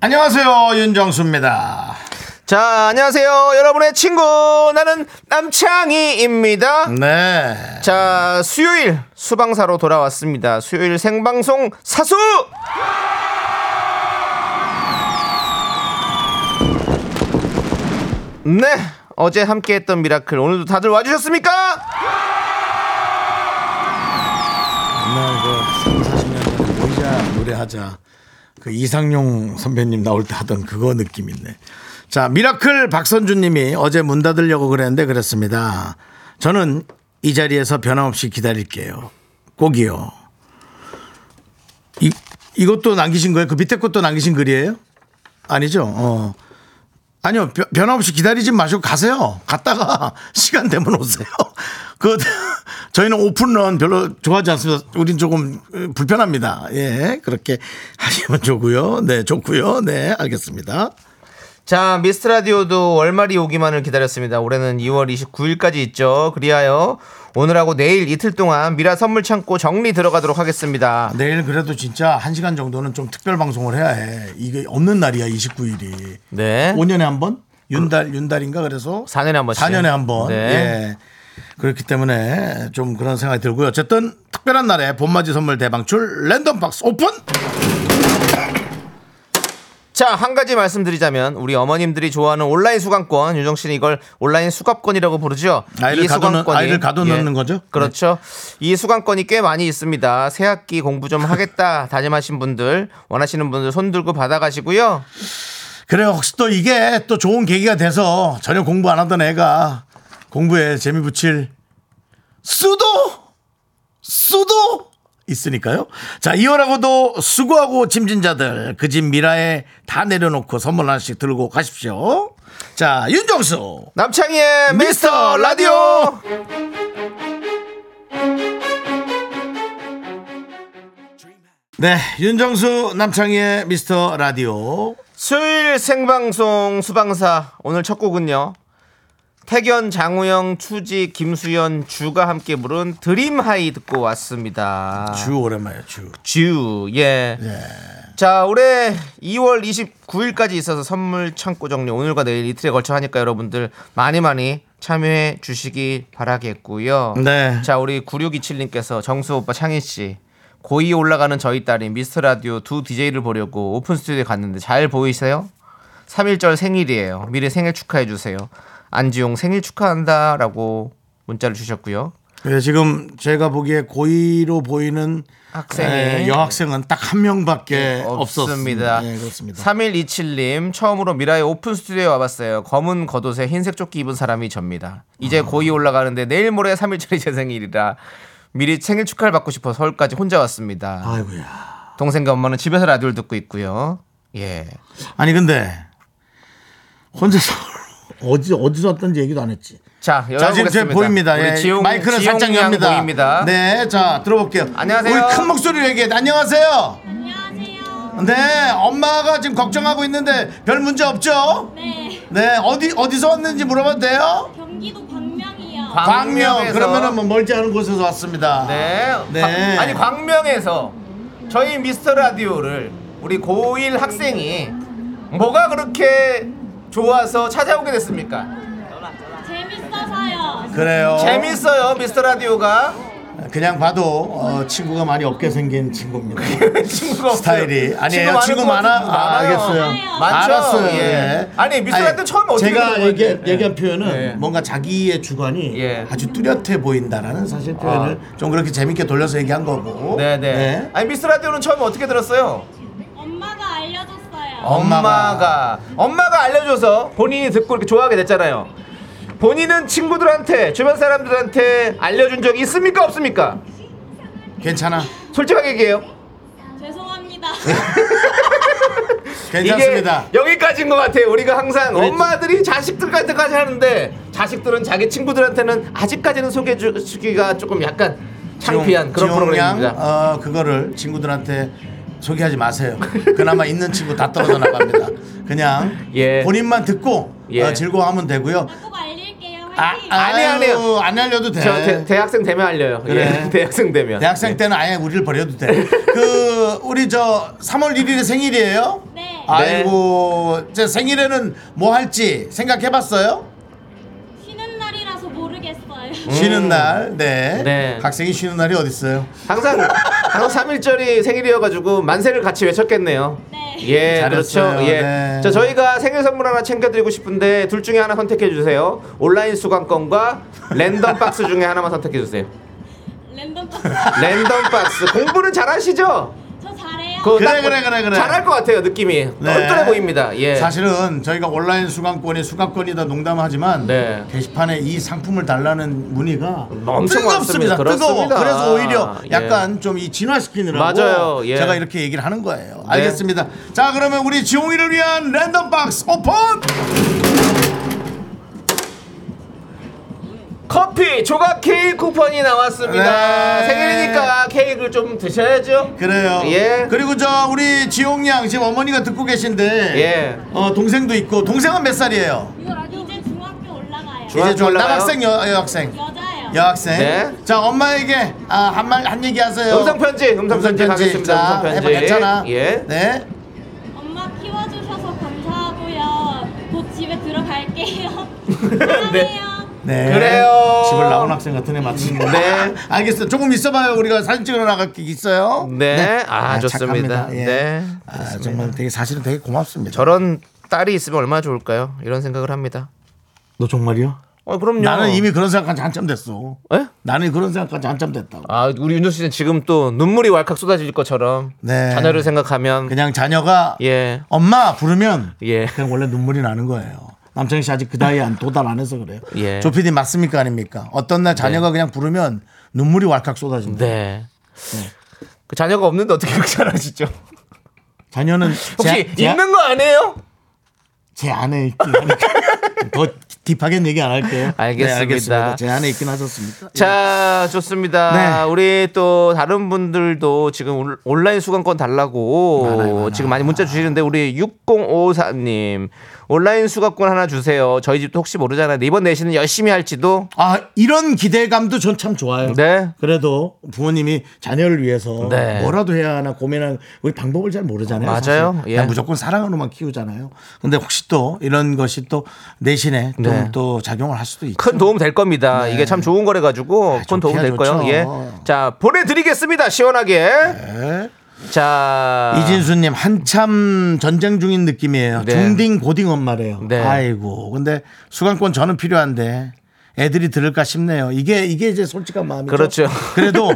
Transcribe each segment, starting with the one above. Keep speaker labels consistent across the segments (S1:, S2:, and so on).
S1: 안녕하세요 윤정수입니다.
S2: 자, 안녕하세요. 여러분의 친구. 나는 남창희입니다.
S1: 네.
S2: 자, 수요일 수방사로 돌아왔습니다. 수요일 생방송 사수! 네. 어제 함께 했던 미라클. 오늘도 다들 와주셨습니까?
S1: 옛날 그 3, 40년 모이자 노래하자 그 이상용 선배님 나올 때 하던 그거 느낌 있네. 자 미라클 박선주님이 어제 문 닫으려고 그랬는데 그랬습니다. 저는 이 자리에서 변함없이 기다릴게요. 꼭이요. 이 이것도 남기신 거예요? 그 밑에 것도 남기신 글이에요? 아니죠. 어. 아니요, 변- 변함없이 기다리지 마시고 가세요. 갔다가 시간 되면 오세요. 그, 저희는 오픈런 별로 좋아하지 않습니다. 우린 조금 어, 불편합니다. 예, 그렇게 하시면 좋고요. 네, 좋고요. 네, 알겠습니다.
S2: 자, 미스트라디오도 월말이 오기만을 기다렸습니다. 올해는 2월 29일까지 있죠. 그리하여 오늘하고 내일 이틀 동안 미라 선물 창고 정리 들어가도록 하겠습니다.
S1: 내일 그래도 진짜 한 시간 정도는 좀 특별 방송을 해야 해. 이게 없는 날이야, 29일이.
S2: 네.
S1: 5년에 한 번? 윤달, 윤달인가 그래서?
S2: 4년에 한 번씩.
S1: 4년에 한 번.
S2: 네.
S1: 예. 그렇기 때문에 좀 그런 생각이 들고요. 어쨌든 특별한 날에 봄맞이 선물 대방출 랜덤 박스 오픈!
S2: 자, 한 가지 말씀드리자면 우리 어머님들이 좋아하는 온라인 수강권 유정 씨는 이걸 온라인 수강권이라고 부르죠.
S1: 아이를 가둬놓- 아이를 가둬놓는 거죠? 네.
S2: 그렇죠. 이 수강권이 꽤 많이 있습니다. 새 학기 공부 좀 하겠다 다짐하신 분들, 원하시는 분들 손 들고 받아 가시고요.
S1: 그래요. 혹시 또 이게 또 좋은 계기가 돼서 전혀 공부 안 하던 애가 공부에 재미 붙일 수도 수도 있으니까요. 자, 이월하고도 수고하고 짐진자들 그 집 미라에 다 내려놓고 선물 하나씩 들고 가십시오. 자, 윤정수.
S2: 남창희의 미스터 라디오.
S1: 네, 윤정수 남창희의 미스터 라디오.
S2: 수요일 생방송 수방사 오늘 첫 곡은요. 태견, 장우영, 추지, 김수현, 주가 함께 부른 드림하이 듣고 왔습니다.
S1: 주 오랜만이에요, 주.
S2: 주, 예. 자, 올해 2월 29일까지 있어서 선물 창고 정리 오늘과 내일 이틀에 걸쳐 하니까 여러분들 많이 많이 참여해 주시기 바라겠고요.
S1: 네.
S2: 자, 우리 9627님께서 정수 오빠 창희 씨 고이 올라가는 저희 딸이 미스터 라디오 두 DJ를 보려고 오픈 스튜디오에 갔는데 잘 보이세요? 3일절 생일이에요. 미리 생일 축하해 주세요. 안지용 생일 축하한다라고 문자를 주셨고요.
S1: 네, 지금 제가 보기에 고의로 보이는
S2: 학생이- 예,
S1: 에, 여학생은 딱 한 명밖에 없었습니다.
S2: 없습니다.
S1: 네, 그렇습니다.
S2: 3127님 처음으로 미라의 오픈 스튜디오에 와봤어요. 검은 겉옷에 흰색 조끼 입은 사람이 접니다.
S1: 아.
S2: 이제 고이 올라가는데 내일 모레 3일절이 제 생일이라 미리 생일 축하를 받고 싶어 서울까지 혼자 왔습니다.
S1: 아이고야.
S2: 동생과 엄마는 집에서 라디오를 듣고 있고요. 예.
S1: 아니 근데 혼자서 어디 어디서 왔던지 얘기도 안 했지.
S2: 자,
S1: 자 지금 제
S2: 열어보겠습니다.
S1: 보입니다.
S2: 우리
S1: 예,
S2: 지용,
S1: 마이크는
S2: 지용
S1: 살짝
S2: 양
S1: 엽니다.
S2: 보입니다.
S1: 네, 자 들어볼게요.
S2: 안녕하세요.
S1: 우리 큰 목소리로 얘기해. 안녕하세요. 안녕하세요. 네, 엄마가 지금 걱정하고 있는데 별 문제 없죠?
S3: 네,
S1: 네, 어디 어디서 왔는지 물어봐도 돼요?
S3: 경기도 광명이요.
S1: 광명.
S2: 광명에서.
S1: 그러면은 뭐 멀지 않은 곳에서 왔습니다.
S2: 네.
S1: 네.
S2: 광- 아니 광명에서 저희 미스터 라디오를 우리 고1 학생이 뭐가 그렇게 좋아서 찾아오게 됐습니까?
S3: 재밌어서요.
S1: 그래요.
S2: 재밌어요 미스터 라디오가
S1: 그냥 봐도 어, 친구가 많이 없게 생긴 친구입니다.
S2: 친구가 없어요.
S1: 스타일이 아니에요.
S2: 많을
S1: 친구
S2: 것
S1: 많아?
S2: 같은데
S1: 아,
S2: 많아요.
S1: 알겠어요.
S2: 많죠.
S1: 알았어요.
S2: 예.
S1: 예.
S2: 아니 미스터 라디오 처음에 어떻게
S1: 제가
S2: 들어본
S1: 얘기,
S2: 건지. 예.
S1: 얘기한 표현은
S2: 예.
S1: 뭔가 자기의 주관이
S2: 예. 아.
S1: 아주 뚜렷해 보인다라는 사실 표현을 좀 그렇게 재밌게 돌려서 얘기한 거고.
S2: 네네. 아니 미스터 라디오는 처음에 어떻게 들었어요?
S3: 엄마가 알려줬어요.
S1: 엄마가.
S2: 엄마가 엄마가 알려줘서 본인이 듣고 이렇게 좋아하게 됐잖아요. 본인은 친구들한테 주변 사람들한테 알려준 적이 있습니까 없습니까?
S1: 괜찮아.
S2: 솔직하게 얘기해요.
S3: 죄송합니다.
S1: 괜찮습니다.
S2: 이게 여기까지인 것 같아요. 우리가 항상 엄마들이 자식들한테까지 하는데 자식들은 자기 친구들한테는 아직까지는 소개해주기가 조금 약간 창피한 그런
S1: 지용 양,
S2: 프로그램입니다.
S1: 어, 그거를 친구들한테 소개하지 마세요. 그나마 있는 친구 다 떨어져 나갑니다. 그냥
S2: 예.
S1: 본인만 듣고
S2: 예.
S1: 어, 즐거워하면 되고요.
S3: 꼭 알릴게요.
S1: 아,
S3: 화이팅!
S2: 아니, 아니에요.
S1: 아유, 안 알려도 돼.
S2: 저 대, 대학생 되면 알려요.
S1: 네. 그래.
S2: 예, 대학생 되면.
S1: 대학생 때는 아예 우리를 버려도 돼. 그 우리 저 3월 1일이 생일이에요?
S3: 네.
S1: 아이고, 제 생일에는 뭐 할지 생각해 봤어요?
S3: 쉬는 날이라서 모르겠어요.
S1: 쉬는 날. 네.
S2: 음. 네.
S1: 학생이 쉬는 날이 어디 있어요?
S2: 항상 항상 3일절이 생일이어가지고 만세를 같이 외쳤겠네요.
S3: 네.
S2: 예,
S1: 잘했어요.
S2: 그렇죠. 예.
S1: 네.
S2: 자, 저희가 생일 선물 하나 챙겨드리고 싶은데 둘 중에 하나 선택해 주세요. 온라인 수강권과 랜덤 박스 중에 하나만 선택해 주세요.
S3: 랜덤 박스.
S2: 랜덤 박스 공부는 잘하시죠?
S3: 저 잘해요.
S2: 그거
S1: 그래,
S2: 딱
S1: 그래, 그래, 그래.
S2: 잘할 것 같아요 느낌이
S1: 네.
S2: 똘똘해 보입니다. 예.
S1: 사실은 저희가 온라인 수강권이 수강권이다 농담하지만
S2: 네.
S1: 게시판에 이 상품을 달라는 문의가
S2: 엄청
S1: 뜨겁습니다.
S2: 많습니다.
S1: 뜨거워.
S2: 그렇습니다.
S1: 그래서 오히려
S2: 예.
S1: 약간 좀 이 진화시키느라고
S2: 맞아요. 예. 네.
S1: 제가 이렇게 얘기를 하는 거예요. 알겠습니다. 자 그러면 우리 지홍이를 위한 랜덤 박스 오픈.
S2: 커피 조각 케이크 쿠폰이 나왔습니다.
S1: 네.
S2: 생일이니까 케이크를 좀 드셔야죠.
S1: 그래요.
S2: 예.
S1: 그리고 저 우리 지홍 양 지금 어머니가 듣고 계신데
S2: 예.
S1: 어 동생도 있고 동생은 몇 살이에요?
S3: 이제 중학교 올라가요.
S2: 중학교
S1: 이제 저
S2: 올라가요?
S1: 남학생 여, 여학생.
S3: 여자예요.
S1: 여학생.
S2: 네.
S1: 자 엄마에게 아, 한말 한 얘기 하세요.
S2: 음성 편지, 음성 편지 가겠습니다.
S1: 자,
S2: 음성 편지.
S1: 해봐, 괜찮아.
S2: 예.
S1: 네.
S3: 엄마 키워주셔서 감사하고요. 곧 집에 들어갈게요. 사랑해요.
S1: 네.
S2: 그래요.
S1: 집을 나온 학생 같은 애 맞추는 거.
S2: 네.
S1: 알겠어요. 조금 있어봐요. 우리가 사진 찍으러 나갈 게 있어요.
S2: 네. 아, 좋습니다.
S1: 착합니다. 예.
S2: 네.
S1: 아, 정말 되게 사실은 되게 고맙습니다.
S2: 저런 딸이 있으면 얼마나 좋을까요? 이런 생각을 합니다.
S1: 너 정말이요?
S2: 어, 그럼요.
S1: 나는 이미 그런 생각한 지 한참 됐어.
S2: 예?
S1: 나는 그런 생각까지 한참 됐다고.
S2: 아, 우리 윤정 씨는 지금 또 눈물이 왈칵 쏟아질 것처럼
S1: 네.
S2: 자녀를 생각하면
S1: 그냥 자녀가
S2: 예.
S1: 엄마 부르면
S2: 예.
S1: 그냥 원래 눈물이 나는 거예요. 남창희 씨 아직 그 나이에 안 도달 안 해서 그래요.
S2: 예.
S1: 조피디 맞습니까 아닙니까? 어떤 날 자녀가 그냥 부르면 눈물이 왈칵 쏟아진다.
S2: 네. 그 자녀가 없는데 어떻게 그렇게 잘하시죠?
S1: 자녀는
S2: 혹시
S1: 제, 제,
S2: 있는 거 아니에요?
S1: 제 안에 있긴 하니까 더 딥하게는 얘기 안 할게요.
S2: 알겠습니다.
S1: 네, 알겠습니다. 제 안에 있긴 하셨습니까?
S2: 자, 좋습니다.
S1: 예. 네.
S2: 우리 또 다른 분들은 지금 올- 온라인 수강권 달라고
S1: 많아요, 많아.
S2: 지금 많이 문자 주시는데 우리 6054님 온라인 수강권 하나 주세요. 저희 집도 혹시 모르잖아요. 이번 내신은 열심히 할지도.
S1: 아 이런 기대감도 전 참 좋아요.
S2: 네.
S1: 그래도 부모님이 자녀를 위해서
S2: 네.
S1: 뭐라도 해야 하나 고민하는 우리 방법을 잘 모르잖아요.
S2: 맞아요.
S1: 사실.
S2: 예.
S1: 그냥 무조건 사랑으로만 키우잖아요. 근데 혹시 또 이런 것이 또 내신에
S2: 네.
S1: 좀 또 작용을 할 수도 있죠.
S2: 큰 도움 될 겁니다. 이게 참 좋은 거래 가지고 큰 도움
S1: 네. 아, 좋기야
S2: 될 거예요.
S1: 좋죠.
S2: 예. 자, 보내 드리겠습니다. 시원하게.
S1: 네.
S2: 자.
S1: 이진수님 한참 전쟁 중인 느낌이에요.
S2: 아. 네.
S1: 중딩 고딩 엄마래요.
S2: 네.
S1: 아이고 근데 수강권 저는 필요한데 애들이 들을까 싶네요. 이게 이게 이제 솔직한 마음이죠.
S2: 그렇죠.
S1: 그래도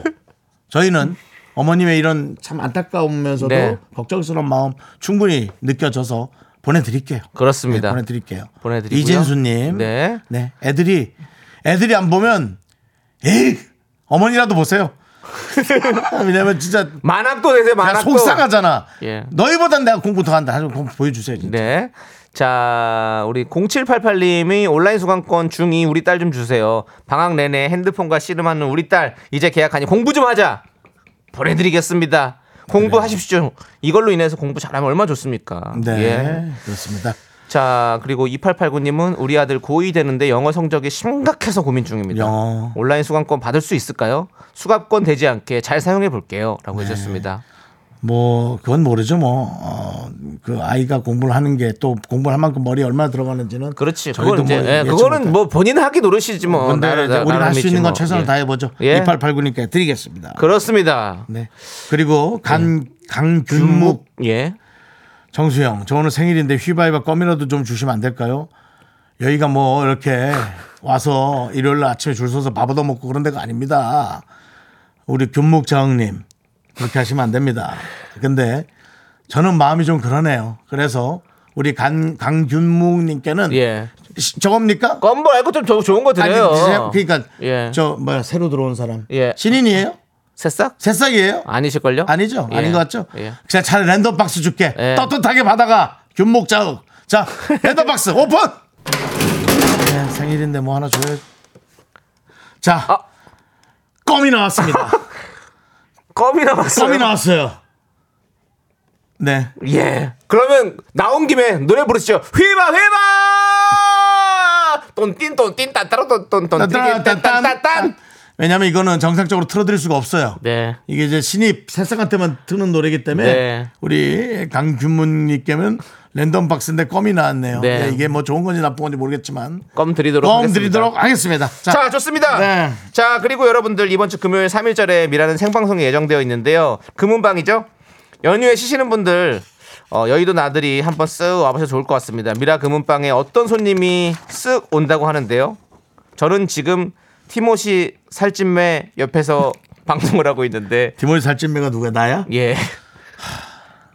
S1: 저희는 어머님의 이런 참 안타까우면서도
S2: 네.
S1: 걱정스러운 마음 충분히 느껴져서 보내드릴게요.
S2: 그렇습니다.
S1: 네, 보내드릴게요.
S2: 보내드리고요.
S1: 이진수님.
S2: 네.
S1: 네. 애들이 애들이 안 보면 에이 어머니라도 보세요. 왜냐면 진짜
S2: 만학도 되세요.
S1: 야,
S2: 만학도.
S1: 속상하잖아.
S2: 예.
S1: 너희보단 내가 공부 더 한다. 한번 보여주세요. 진짜.
S2: 네. 자, 우리 0788님이 온라인 수강권 중이 우리 딸 좀 주세요. 방학 내내 핸드폰과 씨름하는 우리 딸 이제 계약하니 공부 좀 하자. 보내드리겠습니다. 공부하십시오. 이걸로 인해서 공부 잘하면 얼마나 좋습니까?
S1: 네.
S2: 예.
S1: 그렇습니다.
S2: 자, 그리고 2889님은 우리 아들 고2 되는데 영어 성적이 심각해서 고민 중입니다.
S1: 영어.
S2: 온라인 수강권 받을 수 있을까요? 수강권 되지 않게 잘 사용해 볼게요. 라고
S1: 네.
S2: 해주셨습니다.
S1: 뭐 그건 모르죠. 뭐그 아이가 공부를 하는 게 또 공부를 할 만큼 머리 얼마 나 들어가는지는
S2: 그렇지.
S1: 저희도
S2: 그건 이제,
S1: 뭐
S2: 예,
S1: 예측
S2: 그거는
S1: 못할-
S2: 뭐 본인 하기 노릇이지 뭐.
S1: 근데
S2: 나름-
S1: 이제 우리가 할 수
S2: 나름이지
S1: 있는 건
S2: 뭐.
S1: 최선을
S2: 예.
S1: 다해보죠.
S2: 예.
S1: 2889니까 드리겠습니다.
S2: 그렇습니다.
S1: 네. 그리고 간 강균묵
S2: 예.
S1: 정수영, 저 오늘 생일인데 휘바이바 껌이라도 좀 주시면 안 될까요? 여기가 뭐 이렇게 와서 일요일 날 아침에 줄 서서 밥 얻어 먹고 그런 데가 아닙니다. 우리 균목자흥님 그렇게 하시면 안 됩니다. 근데 저는 마음이 좀 그러네요. 그래서 우리 간 강균묵님께는
S2: 예.
S1: 시- 저겁니까?
S2: 껌보 알고 좀 더 좋은 거
S1: 아니,
S2: 드려요.
S1: 드세요? 그러니까
S2: 예.
S1: 저 뭐야 새로 들어온 사람
S2: 예.
S1: 신인이에요?
S2: 새싹?
S1: 새싹이에요?
S2: 아니실걸요?
S1: 아니죠?
S2: 예.
S1: 아닌 것 같죠?
S2: 예.
S1: 그냥 잘 랜덤 박스 줄게.
S2: 예.
S1: 떳떳하게 받아가. 균목자욱. 자, 랜덤 박스 오픈! 예, 생일인데 뭐 하나 줘야 자,
S2: 아.
S1: 껌이 나왔습니다.
S2: 껌이 나왔어요.
S1: 껌이 나왔어요. 네.
S2: 예. 그러면 나온 김에 노래 부르시죠. 휘바 휘바. 똔똔똔 따따로똔똔똔 띠띠딴딴딴.
S1: 딴딴딴딴. 왜냐면 이거는 정상적으로 틀어드릴 수가 없어요.
S2: 네.
S1: 이게 이제 신입 새싹한테만 트는 노래이기 때문에
S2: 네.
S1: 우리 강균문님께는 랜덤 박스인데 껌이 나왔네요.
S2: 네.
S1: 예, 이게 뭐 좋은 건지 나쁜 건지 모르겠지만
S2: 껌 드리도록
S1: 껌
S2: 하겠습니다.
S1: 드리도록 하겠습니다. 자,
S2: 자, 좋습니다.
S1: 네.
S2: 자, 그리고 여러분들 이번 주 금요일 3일절에 미라는 생방송이 예정되어 있는데요. 금은방이죠? 연휴에 쉬시는 분들 어, 여의도 나들이 한번 쓱 와보셔도 좋을 것 같습니다. 미라 금은방에 어떤 손님이 쓱 온다고 하는데요. 저는 지금 티모시 살찐매 옆에서 방송을 하고 있는데
S1: 디모이 살찐매가 누가 나야?
S2: 예.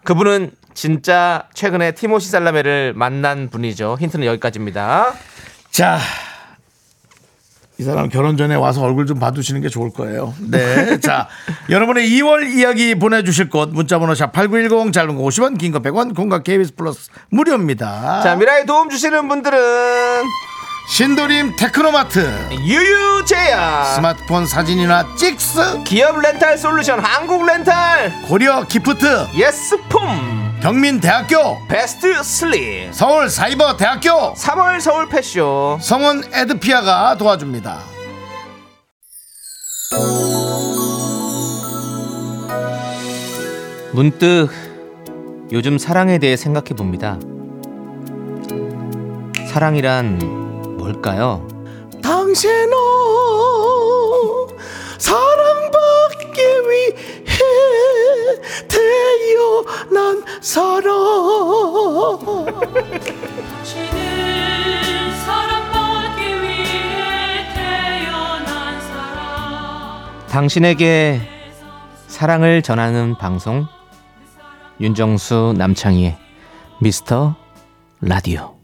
S2: 그분은 진짜 최근에 티모시 살라메를 만난 분이죠. 힌트는 여기까지입니다.
S1: 자, 이 사람 결혼 전에 와서 얼굴 좀 봐두시는 게 좋을 거예요. 네. 자, 여러분의 2월 이야기 보내주실 곳 문자번호 샵 8910 짧은 거 50원, 긴 거 100원, 공각 KBS 플러스 무료입니다.
S2: 자, 미라에 도움 주시는 분들은
S1: 신도림 테크노마트
S2: 유유제야
S1: 스마트폰 사진이나 찍스
S2: 기업 렌탈 솔루션 한국 렌탈
S1: 고려 기프트
S2: 예스폼
S1: 경민대학교
S2: 베스트 슬립
S1: 서울 사이버 대학교
S2: 3월 서울 패쇼
S1: 성원 에드피아가 도와줍니다.
S2: 문득 요즘 사랑에 대해 생각해 봅니다 사랑이란 뭘까요?
S1: 당신은 사랑받기 위해 태어난 사람.
S4: 당신은 사랑받기 위해 태어난 사람
S2: 당신에게 사랑을 전하는 방송 윤정수 남창희의 미스터 라디오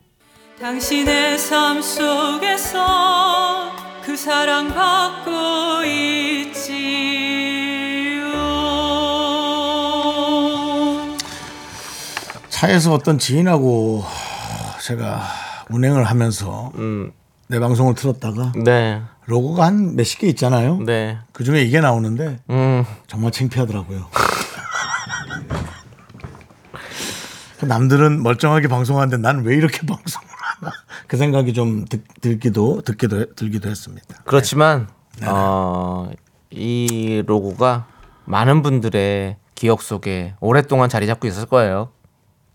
S4: 당신의 삶 속에서 그 사랑 받고 있지요
S1: 차에서 어떤 지인하고 제가 운행을 하면서
S2: 음.
S1: 내 방송을 틀었다가
S2: 네
S1: 로고가 한 몇십 개 있잖아요.
S2: 네.
S1: 그 중에 이게 나오는데
S2: 음.
S1: 정말 창피하더라고요. 그 남들은 멀쩡하게 방송하는데 난 왜 이렇게 방송을 하나 그 생각이 좀 드- 들기도 듣기도 해- 들기도 했습니다.
S2: 그렇지만
S1: 네.
S2: 어, 이 로고가 많은 분들의 기억 속에 오랫동안 자리 잡고 있었을 거예요.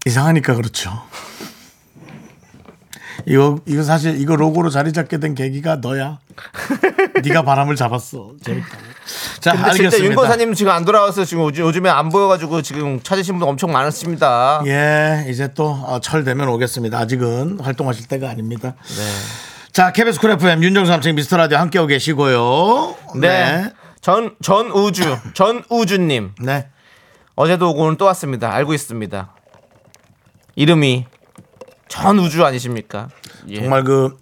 S1: 이상하니까 그렇죠. 이거 이거 사실 이거 로고로 자리 잡게 된 계기가 너야. 네가 바람을 잡았어. 재밌다. 자
S2: 근데 진짜 윤
S1: 알겠습니다.
S2: 권사님 지금 안 돌아와서 지금 요즘- 요즘에 안 보여가지고 지금 찾으신 분 엄청 많으십니다.
S1: 예, 이제 또 철 되면 오겠습니다. 아직은 활동하실 때가 아닙니다.
S2: 네.
S1: 자, KBS 쿨 FM 윤정수 남친 미스터 라디오 함께하고 계시고요.
S2: 네. 전, 전 우주, 전 우주님.
S1: 네.
S2: 어제도 오고 오늘 또 왔습니다. 알고 있습니다. 이름이 전 우주 아니십니까? 예.
S1: 정말 그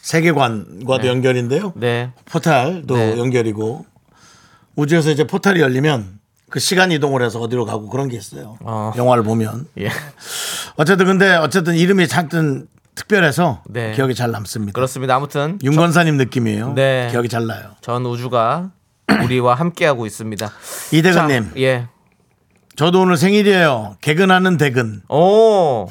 S1: 세계관과도
S2: 네.
S1: 연결인데요.
S2: 네.
S1: 포탈도
S2: 네.
S1: 연결이고 우주에서 이제 포탈이 열리면 그 시간 이동을 해서 어디로 가고 그런 게 있어요.
S2: 어.
S1: 영화를 보면.
S2: 예.
S1: 어쨌든 근데 어쨌든 이름이 잠깐 특별해서
S2: 네.
S1: 기억이 잘 남습니다.
S2: 그렇습니다. 아무튼
S1: 윤건사님 느낌이에요.
S2: 네.
S1: 기억이 잘 나요.
S2: 전 우주가 우리와 함께하고 있습니다. 참,
S1: 이대근님,
S2: 예.
S1: 저도 오늘 생일이에요. 개근하는 대근.
S2: 오.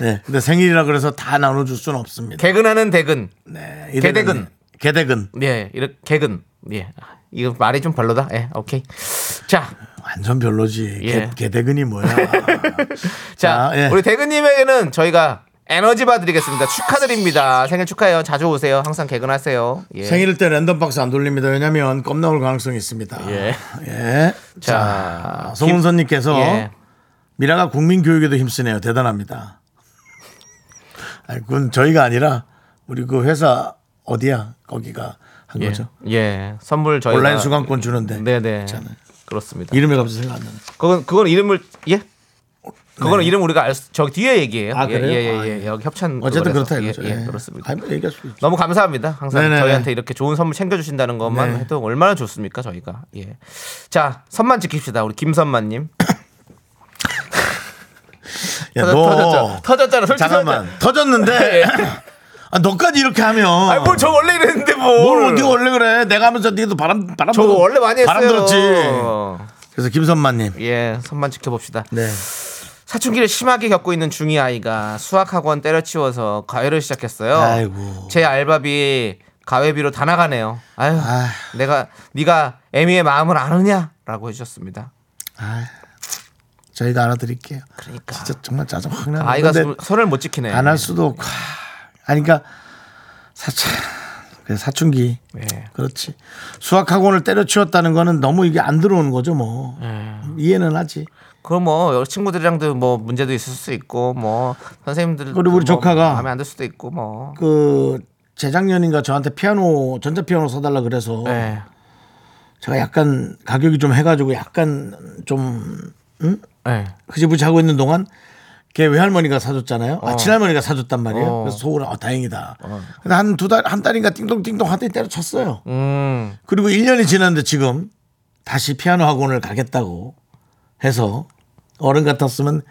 S1: 네. 근데 생일이라 그래서 다 나눠줄 수는 없습니다.
S2: 개근하는 대근.
S1: 네, 이대근님.
S2: 개대근.
S1: 개대근.
S2: 예, 이렇게 개근. 예. 이거 말이 좀 별로다. 예, 오케이. 자,
S1: 완전 별로지.
S2: 예.
S1: 개, 대근이 뭐야.
S2: 자,
S1: 아, 예.
S2: 우리 대근님에게는 저희가 에너지바 드리겠습니다. 축하드립니다. 생일 축하해요. 자주 오세요. 항상 개근하세요. 예.
S1: 생일 때 랜덤 박스 안 돌립니다. 왜냐면 껌 나올 가능성이 있습니다.
S2: 예.
S1: 예.
S2: 자,
S1: 자, 송은선님께서
S2: 예.
S1: 미라가 국민 교육에도 힘쓰네요. 대단합니다. 아니, 그건 저희가 아니라 우리 그 회사 어디야? 거기가 한
S2: 예.
S1: 거죠.
S2: 예. 선물 저희가
S1: 온라인 수강권 주는데.
S2: 네, 네.
S1: 괜찮아요.
S2: 그렇습니다.
S1: 이름이 갑자기 생각 안 나네.
S2: 그건 그건 이름을 예? 그거는 이름 우리가 알 수, 저 뒤에 얘기해요.
S1: 네. 아,
S2: 예,
S1: 그래요?
S2: 예, 예,
S1: 아,
S2: 예. 여기 협찬
S1: 어쨌든
S2: 그거라서.
S1: 그렇다 이거죠.
S2: 예,
S1: 예.
S2: 예, 그렇습니다.
S1: 아니, 뭐 얘기할 수 있죠.
S2: 너무 감사합니다. 항상
S1: 네네네.
S2: 저희한테 이렇게 좋은 선물 챙겨주신다는 것만
S1: 네.
S2: 해도 얼마나 좋습니까 저희가. 예. 자 선만 지킵시다. 우리 김선만님.
S1: 야,
S2: 터졌-
S1: 너
S2: 터졌죠. 터졌잖아. 솔직히
S1: 뭐? 잠깐만
S2: 터졌잖아.
S1: 터졌는데
S2: 예.
S1: 아, 너까지 이렇게 하면
S2: 아니 뭘저 원래 이랬는데 뭘?
S1: 뭘 네가 뭐, 원래 그래? 내가 하면서 네도 바람 바람
S2: 저거
S1: 들었-
S2: 원래 많이 했어요.
S1: 바람 들었지. 그래서 김선만님.
S2: 예, 선만 지켜봅시다.
S1: 네.
S2: 사춘기를 심하게 겪고 있는 중이 아이가 수학학원 때려치워서 과외를 시작했어요.
S1: 아이고.
S2: 제 알바비 가외비로 다 나가네요. 아유,
S1: 아휴.
S2: 내가 네가 애미의 마음을 아느냐라고 해주셨습니다.
S1: 아, 저희가 알아드릴게요.
S2: 그러니까
S1: 진짜 정말 짜증 확 나는데
S2: 아이가 손- 손을 못 지키네.
S1: 안 할 수도 없고. 아니 그러니까 사춘 그 사춘기.
S2: 예.
S1: 그렇지. 수학 학원을 때려치웠다는 거는 너무 이게 안 들어오는 거죠, 뭐.
S2: 네.
S1: 이해는 하지.
S2: 그럼 뭐 친구들이랑도 뭐 문제도 있을 수 있고 뭐 선생님들
S1: 그리고 우리 조카가
S2: 마음에 안 들 수도 있고 뭐.
S1: 그 재작년인가 저한테 피아노 전자 피아노 사달라 그래서
S2: 예.
S1: 제가 약간 가격이 좀 해가지고 약간 좀
S2: 예.
S1: 흐지부지 하고 있는 동안 걔 외할머니가 사줬잖아요. 아, 친할머니가 사줬단 말이에요.
S2: 어.
S1: 그래서 속으로 아, 다행이다. 근데 한 두 달, 한 달인가 띵동띵동 하더니 때려쳤어요.
S2: 음.
S1: 그리고 1년이 지났는데 지금 다시 피아노 학원을 가겠다고 해서 어른 같았으면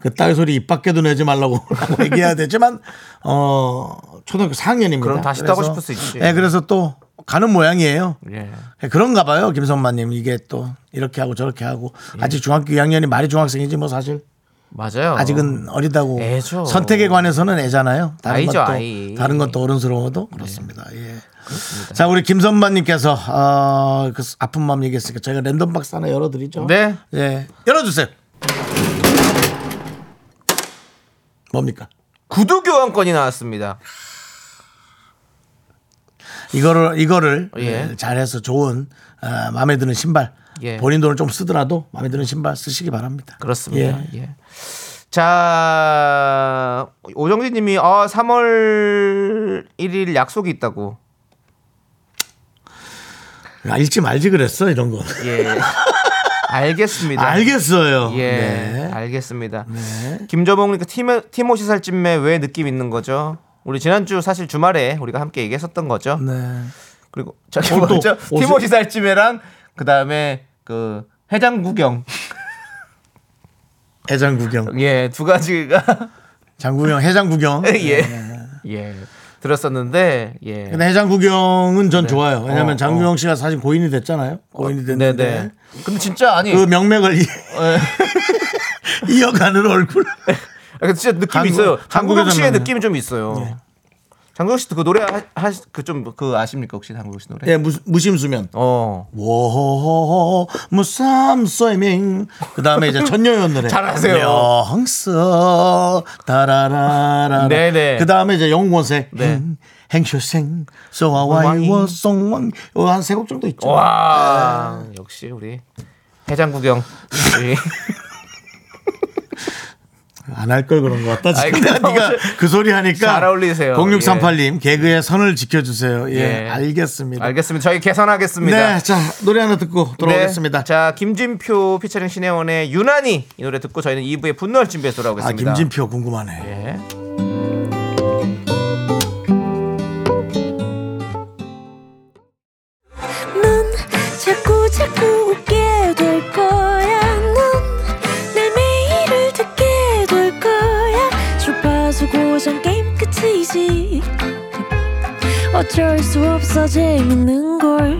S1: 그 딸 소리 입 밖에도 내지 말라고 라고 얘기해야 되지만 어 초등학교 4학년입니다.
S2: 그럼 다시 또 하고 싶을 수 있지.
S1: 예, 그래서 또 가는 모양이에요.
S2: 예.
S1: 예, 그런가 봐요, 김선만님. 이게 또 이렇게 하고 저렇게 하고 아직 중학교 2학년이 말이 중학생이지 뭐 사실
S2: 맞아요.
S1: 아직은 어리다고
S2: 어. 애죠.
S1: 선택에 관해서는 애잖아요. 다른
S2: 아이죠,
S1: 건 또,
S2: 아이. 네.
S1: 다른 건 또 어른스러워도 그렇습니다. 예. 자 우리 김선만님께서 어, 그 아픈 마음 얘기했으니까 저희가 랜덤 박스 하나 열어드리죠.
S2: 네.
S1: 예. 열어주세요. 뭡니까?
S2: 구두 교환권이 나왔습니다.
S1: 이거를 이거를
S2: 예.
S1: 예, 잘해서 좋은 아, 마음에 드는 신발.
S2: 예.
S1: 본인 돈을 좀 쓰더라도 마음에 드는 신발 쓰시기 바랍니다.
S2: 그렇습니다.
S1: 예.
S2: 예. 자, 오정진 님이 아, 3월 1일 약속이 있다고.
S1: 아, 읽지 말지 그랬어 이런 거.
S2: 예. 알겠습니다.
S1: 알겠어요.
S2: 예.
S1: 네.
S2: 알겠습니다. 김저봉 님까 티모, 시 살찜매 왜 느낌 있는 거죠? 우리 지난주 사실 주말에 우리가 함께 얘기했었던 거죠.
S1: 네.
S2: 그리고 저기
S1: 어, 또
S2: 뭐죠?
S1: 옷을-
S2: 티모시 살찜매랑 그다음에 그 해장 구경.
S1: 해장 구경.
S2: 예, 두 가지가
S1: 장구경 해장 구경.
S2: 예. 예. 들었었는데 예.
S1: 네. 근데 해장 구경은
S2: 네.
S1: 전 좋아요. 왜냐면 장구경 씨가 사실 고인이 됐잖아요. 고인이 됐는데
S2: 어, 네네. 근데 진짜 아니. 예.
S1: 그 명맥을 이- 이어가는 얼굴.
S2: 아, 근데 진짜 느낌
S1: 한국-
S2: 이 있어요. 장국영
S1: 한국에서는 예.
S2: 씨의
S1: 아니에요.
S2: 느낌이 좀 있어요. 장국영 씨도 그 노래 하그좀 그 아십니까 혹시 장국영 씨 노래?
S1: 예, 네. 무, 무심수면.
S2: 어.
S1: 워호호호 무삼쏘이밍 그 다음에 이제 천녀연 노래
S2: 잘하세요.
S1: 명서 다라라라
S2: 네네.
S1: 그 다음에 이제 영권생
S2: 네.
S1: 행쇼생 소아와이워송왕 어, 한세 곡 정도 있죠
S2: 와 역시 우리 해장국영. 우리
S1: 안 할 걸 그런 것 같다
S2: 아이,
S1: 지금
S2: 근데
S1: 네가
S2: 너무
S1: 그 소리 하니까
S2: 잘 어울리세요.
S1: 0638님 개그의 선을 지켜주세요 예,
S2: 예.
S1: 알겠습니다
S2: 알겠습니다. 저희 개선하겠습니다.
S1: 네자 노래 하나 듣고 돌아오겠습니다
S2: 네. 자 김진표 피처링 신혜원의 유난히 이 노래 듣고 저희는 2부의 분노할
S1: 아
S2: 준비해서 돌아오겠습니다.
S1: 김진표 궁금하네
S2: 예.
S5: 넌 자꾸 자꾸 웃게 될 거야. 넌내 매일을 듣게 될 거야. 주파수 고정 게임 끝이지. 어쩔 수 없어 재밌는 걸.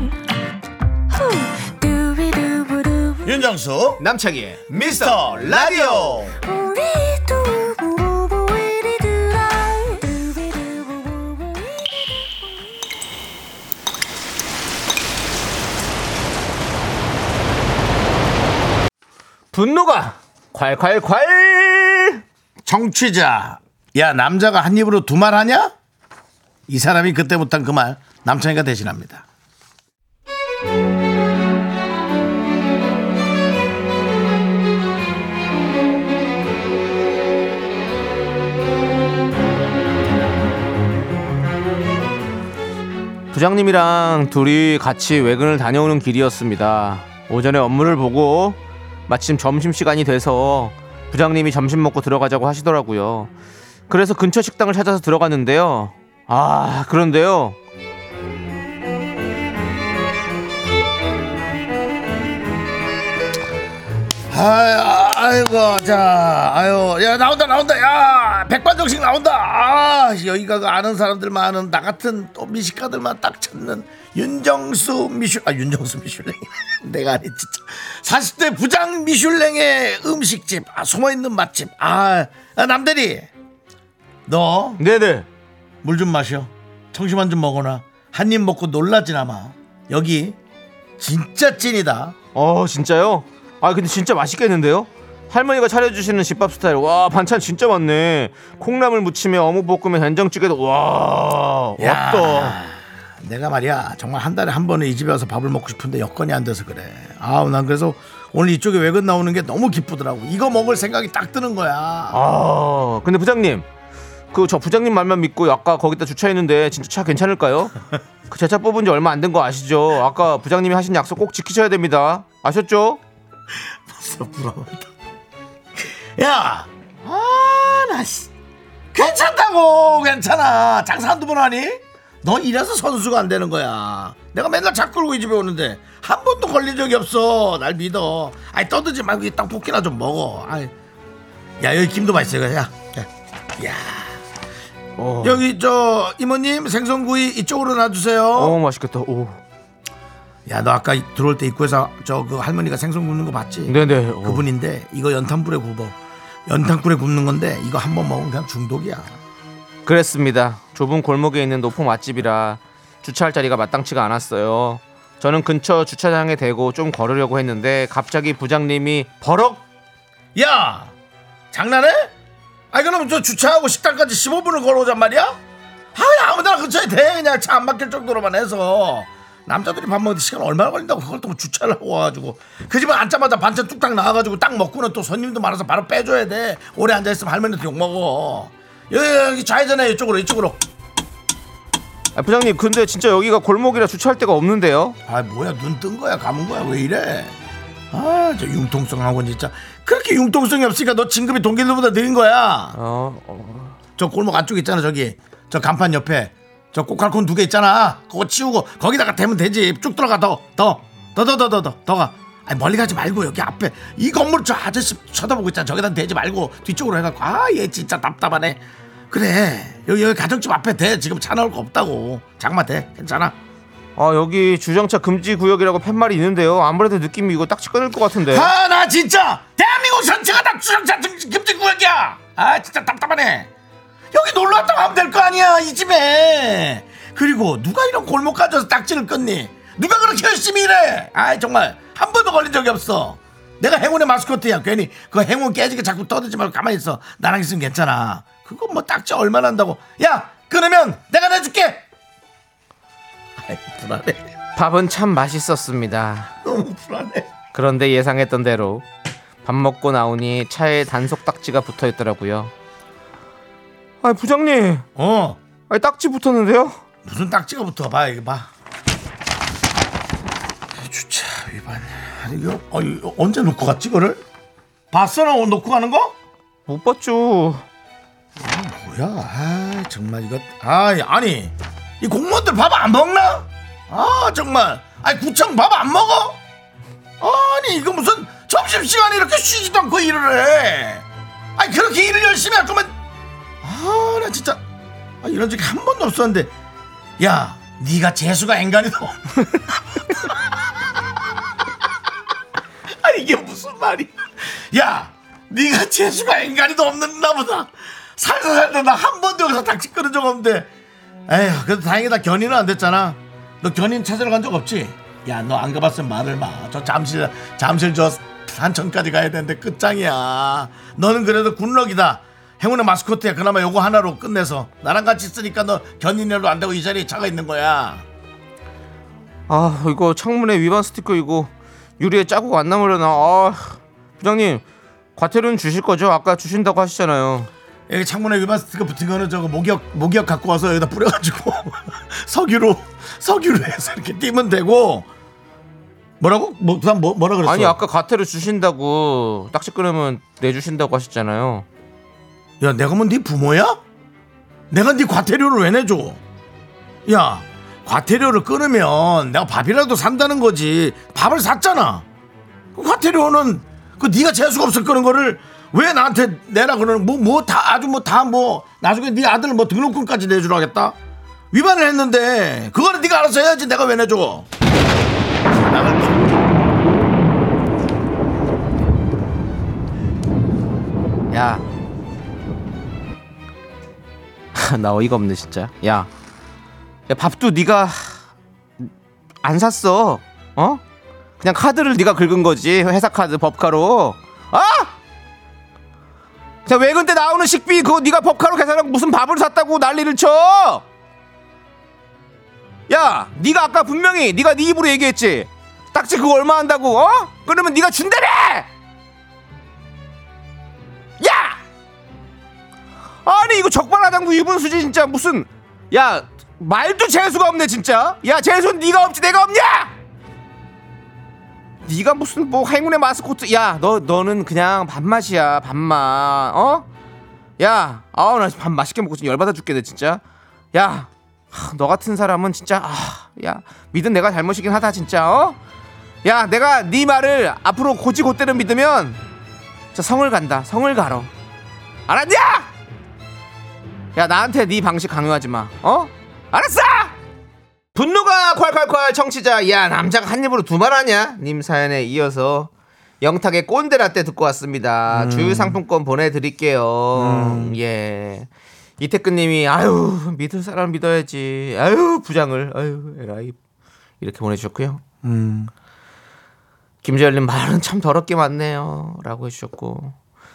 S5: 후. 두비두부두.
S1: 윤정수
S2: 남창희의 미스터 라디오.
S5: 우리 두부부부 우리 두라. 두비두부부부 우리 두라.
S2: 분노가 콸콸콸.
S1: 정취자 야 남자가 한 입으로 두 말 하냐? 이 사람이 그때 못한 그 말 남창이가 대신합니다.
S2: 부장님이랑 둘이 같이 외근을 다녀오는 길이었습니다. 오전에 업무를 보고 마침 점심시간이 돼서 부장님이 점심 먹고 들어가자고 하시더라고요. 그래서 근처 식당을 찾아서 들어갔는데요. 아, 그런데요.
S1: 아, 아이고, 자, 아유, 야, 나온다, 나온다, 야, 백반정식 나온다, 아, 여기가 그 아는 사람들만 아는 나 같은 또 미식가들만 딱 찾는 윤정수 미슐, 아, 윤정수 미슐랭. 내가 아니, 진짜. 40대 부장 미슐랭의 음식집, 아, 숨어있는 맛집, 아, 아 남대리, 너 물 좀
S2: 네네.
S1: 마셔. 청심환 좀 먹어놔. 한 입 먹고 놀라진 아마. 여기, 진짜 찐이다.
S2: 어, 진짜요? 아, 근데 진짜 맛있겠는데요? 할머니가 차려주시는 집밥 스타일. 와, 반찬 진짜 많네. 콩나물 무침에 어묵볶음에 된장찌개도 와,
S1: 야,
S2: 왔다.
S1: 내가 말이야 정말 한 달에 한 번은 이 집에 와서 밥을 먹고 싶은데 여건이 안 돼서 그래. 아우 난 그래서 오늘 이쪽에 외근 나오는 게 너무 기쁘더라고. 이거 먹을 생각이 딱 드는 거야.
S2: 아, 근데 부장님. 그 저 부장님 말만 믿고 아까 거기다 주차했는데 진짜 차 괜찮을까요? 그 제 차 뽑은 지 얼마 안 된 거 아시죠? 아까 부장님이 하신 약속 꼭 지키셔야 됩니다. 아셨죠?
S1: 진짜 부러웠다. 야, 아나 씨, 괜찮다고 괜찮아. 장사 한두 번 하니? 너 이래서 선수가 안 되는 거야. 내가 맨날 차 끌고 이 집에 오는데 한 번도 걸린 적이 없어. 날 믿어. 아이 떠들지 말고 이 떡볶이나 좀 먹어. 아이, 야 여기 김도 맛있어. 야, 야, 야. 어. 여기 저 이모님 생선구이 이쪽으로 놔주세요.
S2: 어, 맛있겠다. 오.
S1: 야 너 아까 들어올 때 입구에서 저 그 할머니가 생선 굽는 거 봤지?
S2: 네네. 어.
S1: 그분인데 이거 연탄불에 굽어. 연탄불에 굽는 건데 이거 한 번 먹으면 그냥 중독이야.
S2: 그랬습니다. 좁은 골목에 있는 높은 맛집이라 주차할 자리가 마땅치가 않았어요. 저는 근처 주차장에 대고 좀 걸으려고 했는데 갑자기 부장님이 버럭
S1: 야 장난해? 아 그럼 저 주차하고 식당까지 15분을 걸어오잔 말이야? 아 아무데나 근처에 대 그냥 차 안 막힐 정도로만 해서 남자들이 밥 먹는데 시간 얼마나 걸린다고 그걸 또 주차를 하고 와가지고 그 집은 앉자마자 반찬 뚝딱 나와가지고 딱 먹고는 또 손님도 많아서 바로 빼줘야 돼 오래 앉아있으면 할머니한테 욕먹어 여기, 여기 좌회전해 이쪽으로 이쪽으로
S2: 아, 부장님 근데 진짜 여기가 골목이라 주차할 데가 없는데요.
S1: 아 뭐야 눈 뜬 거야 감은 거야 왜 이래 아 저 융통성하고 진짜 그렇게 융통성이 없으니까 너 진급이 동기들보다 느린 거야
S2: 어, 어.
S1: 저 골목 안쪽에 있잖아 저기 저 간판 옆에 저 꼬칼콘 두 개 있잖아 그거 치우고 거기다가 대면 되지 쭉 들어가 더더더더더더더가 아니 멀리 가지 말고 여기 앞에 이 건물 저 아저씨 쳐다보고 있잖아 저기다 대지 말고 뒤쪽으로 해갖고 아 얘 진짜 답답하네 그래 여기 여기 가정집 앞에 대 지금 차 나올 거 없다고 장마 대 괜찮아
S2: 아 여기 주정차 금지 구역이라고 팻말이 있는데요. 아무래도 느낌이 이거 딱지 끊을 것 같은데.
S1: 아 나 진짜 대한민국 전체가 다 추정차 금지구역이야 아 진짜 답답하네 여기 놀러 왔다고 하면 될 거 아니야 이 집에 그리고 누가 이런 골목 가져서 딱지를 끊니 누가 그렇게 열심히 일해 아 정말 한 번도 걸린 적이 없어 내가 행운의 마스코트야 괜히 그 행운 깨지게 자꾸 떠들지 말고 가만히 있어 나랑 있으면 괜찮아 그거 뭐 딱지 얼마나 한다고 야 끊으면 내가 내줄게 아이 불안해
S2: 밥은 참 맛있었습니다.
S1: 너무 불안해
S2: 그런데 예상했던 대로 밥 먹고 나오니 차에 단속 딱지가 붙어 있더라고요. 아 부장님,
S1: 어
S2: 아 딱지 붙었는데요?
S1: 무슨 딱지가 붙어 봐 이거 봐 주차 위반 아니 이거 어, 이거 언제 놓고 갔지 이거를 봤어 나 오늘 놓고 가는 거
S2: 못 봤죠.
S1: 뭐야 아 정말 이거 아 아니 이 공무원들 밥 안 먹나 아 정말 아니 구청 밥 안 먹어 아니 이거 무슨 점심시간에 이렇게 쉬지도 않고 일을 해 아니 그렇게 일을 열심히 할 거면 아 나 진짜 아, 이런 적이 한 번도 없었는데 야 네가 재수가 앵간이다 아 이게 무슨 말이야? 야, 네가 재수가 인간이도 없는가 보다. 살다 살다 나 한 번도 여기서 닥치 끊은 적 없는데. 에휴, 그래도 다행이다 견인은 안 됐잖아. 너 견인 찾으러 간 적 없지? 야, 너 안 가봤으면 말을 마. 저 잠실 잠실 저 산천까지 가야 되는데 끝장이야. 너는 그래도 굿럭이다. 행운의 마스코트야. 그나마 요거 하나로 끝내서 나랑 같이 있으니까 너 견인이라도 안 되고 이 자리에 차가 있는 거야.
S2: 아 이거 창문에 위반 스티커 이거 유리에 자국 안 남으려나? 아 부장님 과태료는 주실 거죠? 아까 주신다고 하시잖아요.
S1: 여기 예, 창문에 위반 스티커 붙은 거는 저거 목욕 목욕 갖고 와서 여기다 뿌려가지고 석유로 석유로 해서 이렇게 띄면 되고 뭐라고? 뭐, 그다음 뭐, 뭐라 그랬어?
S2: 아니 아까 가태를 주신다고 딱지 끊으면 내주신다고 하셨잖아요.
S1: 야, 내가 뭐 네 부모야? 내가 네 과태료를 왜 내줘? 야, 과태료를 끊으면 내가 밥이라도 산다는 거지. 밥을 샀잖아. 그 과태료는 그 네가 재수가 없어 끄는 거를 왜 나한테 내라 그러는 뭐 뭐 다 아주 뭐 다 뭐 나중에 네 아들 뭐 등록금까지 내주라 하겠다. 위반을 했는데 그거는 네가 알아서 해야지 내가 왜 내줘? 나갈 거.
S2: 야. 나 어이가 없네 진짜. 야. 야 밥도 네가 안 샀어. 어? 그냥 카드를 네가 긁은 거지. 회사 카드 법카로. 아! 자 외근 때 나오는 식비 그거 네가 법카로 계산하고 무슨 밥을 샀다고 난리를 쳐. 야, 네가 아까 분명히 네가 네 입으로 얘기했지. 딱지 그거 얼마 한다고? 어? 그러면 네가 준다래. 야! 아니 이거 적반하장도 유분수지 진짜 무슨 야 말도 재수가 없네 진짜 야 재수는 네가 없지 내가 없냐 네가 무슨 뭐 행운의 마스코트 야 너 너는 그냥 밥맛이야 밥맛 어? 야 아우 나 밥 맛있게 먹고 지금 열받아 죽겠네 진짜 야 너 같은 사람은 진짜 아, 야 믿은 내가 잘못이긴 하다 진짜 어? 야 내가 네 말을 앞으로 고지고대로 믿으면 저 성을 간다. 성을 가러. 알았냐? 야 나한테 네 방식 강요하지 마. 어? 알았어. 분노가 콸콸콸 청취자 야 남자가 한 입으로 두 말 하냐? 님 사연에 이어서 영탁의 꼰대 라떼 듣고 왔습니다. 주유 상품권 보내드릴게요. 예. 이태근님이 아유 믿을 사람 믿어야지. 아유 부장을 아유 에라이 이렇게 보내주셨고요. 김재열님 말은 참 더럽게 많네요라고 해주셨고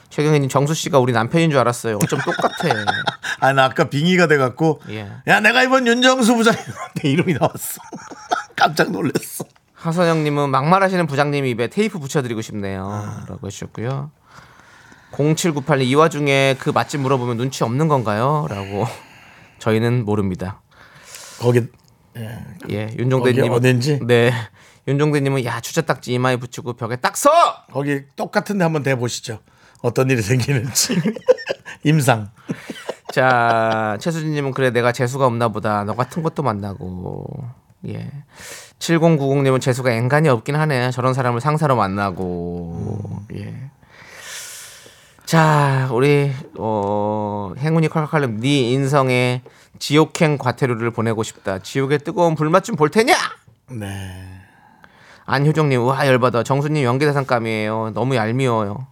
S2: 최경희님 정수 씨가 우리 남편인 줄 알았어요. 어쩜 똑같아.
S1: 아, 나 아까 빙의가 돼갖고.
S2: 예.
S1: 야, 내가 이번 윤정수 부장님한테 이름이 나왔어. 깜짝 놀랐어.
S2: 하선영님은 막말하시는 부장님 입에 테이프 붙여드리고
S1: 아.
S2: 싶네요라고 해주셨고요. 0798님 이 와중에 그 맛집 물어보면 눈치 없는 건가요?라고 저희는 모릅니다.
S1: 거기
S2: 예,
S1: 거기
S2: 윤종대님
S1: 어딘지?
S2: 네, 윤종대님은 야 주차 딱지 이마에 붙이고 벽에 딱 서.
S1: 거기 똑같은데 한번 대보시죠. 어떤 일이 생기는지. 임상.
S2: 자, 최수진님은 그래 내가 재수가 없나 보다. 너 같은 것도 만나고. 예. 7090님은 재수가 앵간이 없긴 하네. 저런 사람을 상사로 만나고.
S1: 음.
S2: 예. 자, 우리 어 행운이 칼칼칼님 네 인성에 지옥행 과태료를 보내고 싶다. 지옥의 뜨거운 불맛 좀 볼 테냐?
S1: 네.
S2: 안효정님 와 열받아. 정수님 연기대상감이에요. 너무 얄미워요.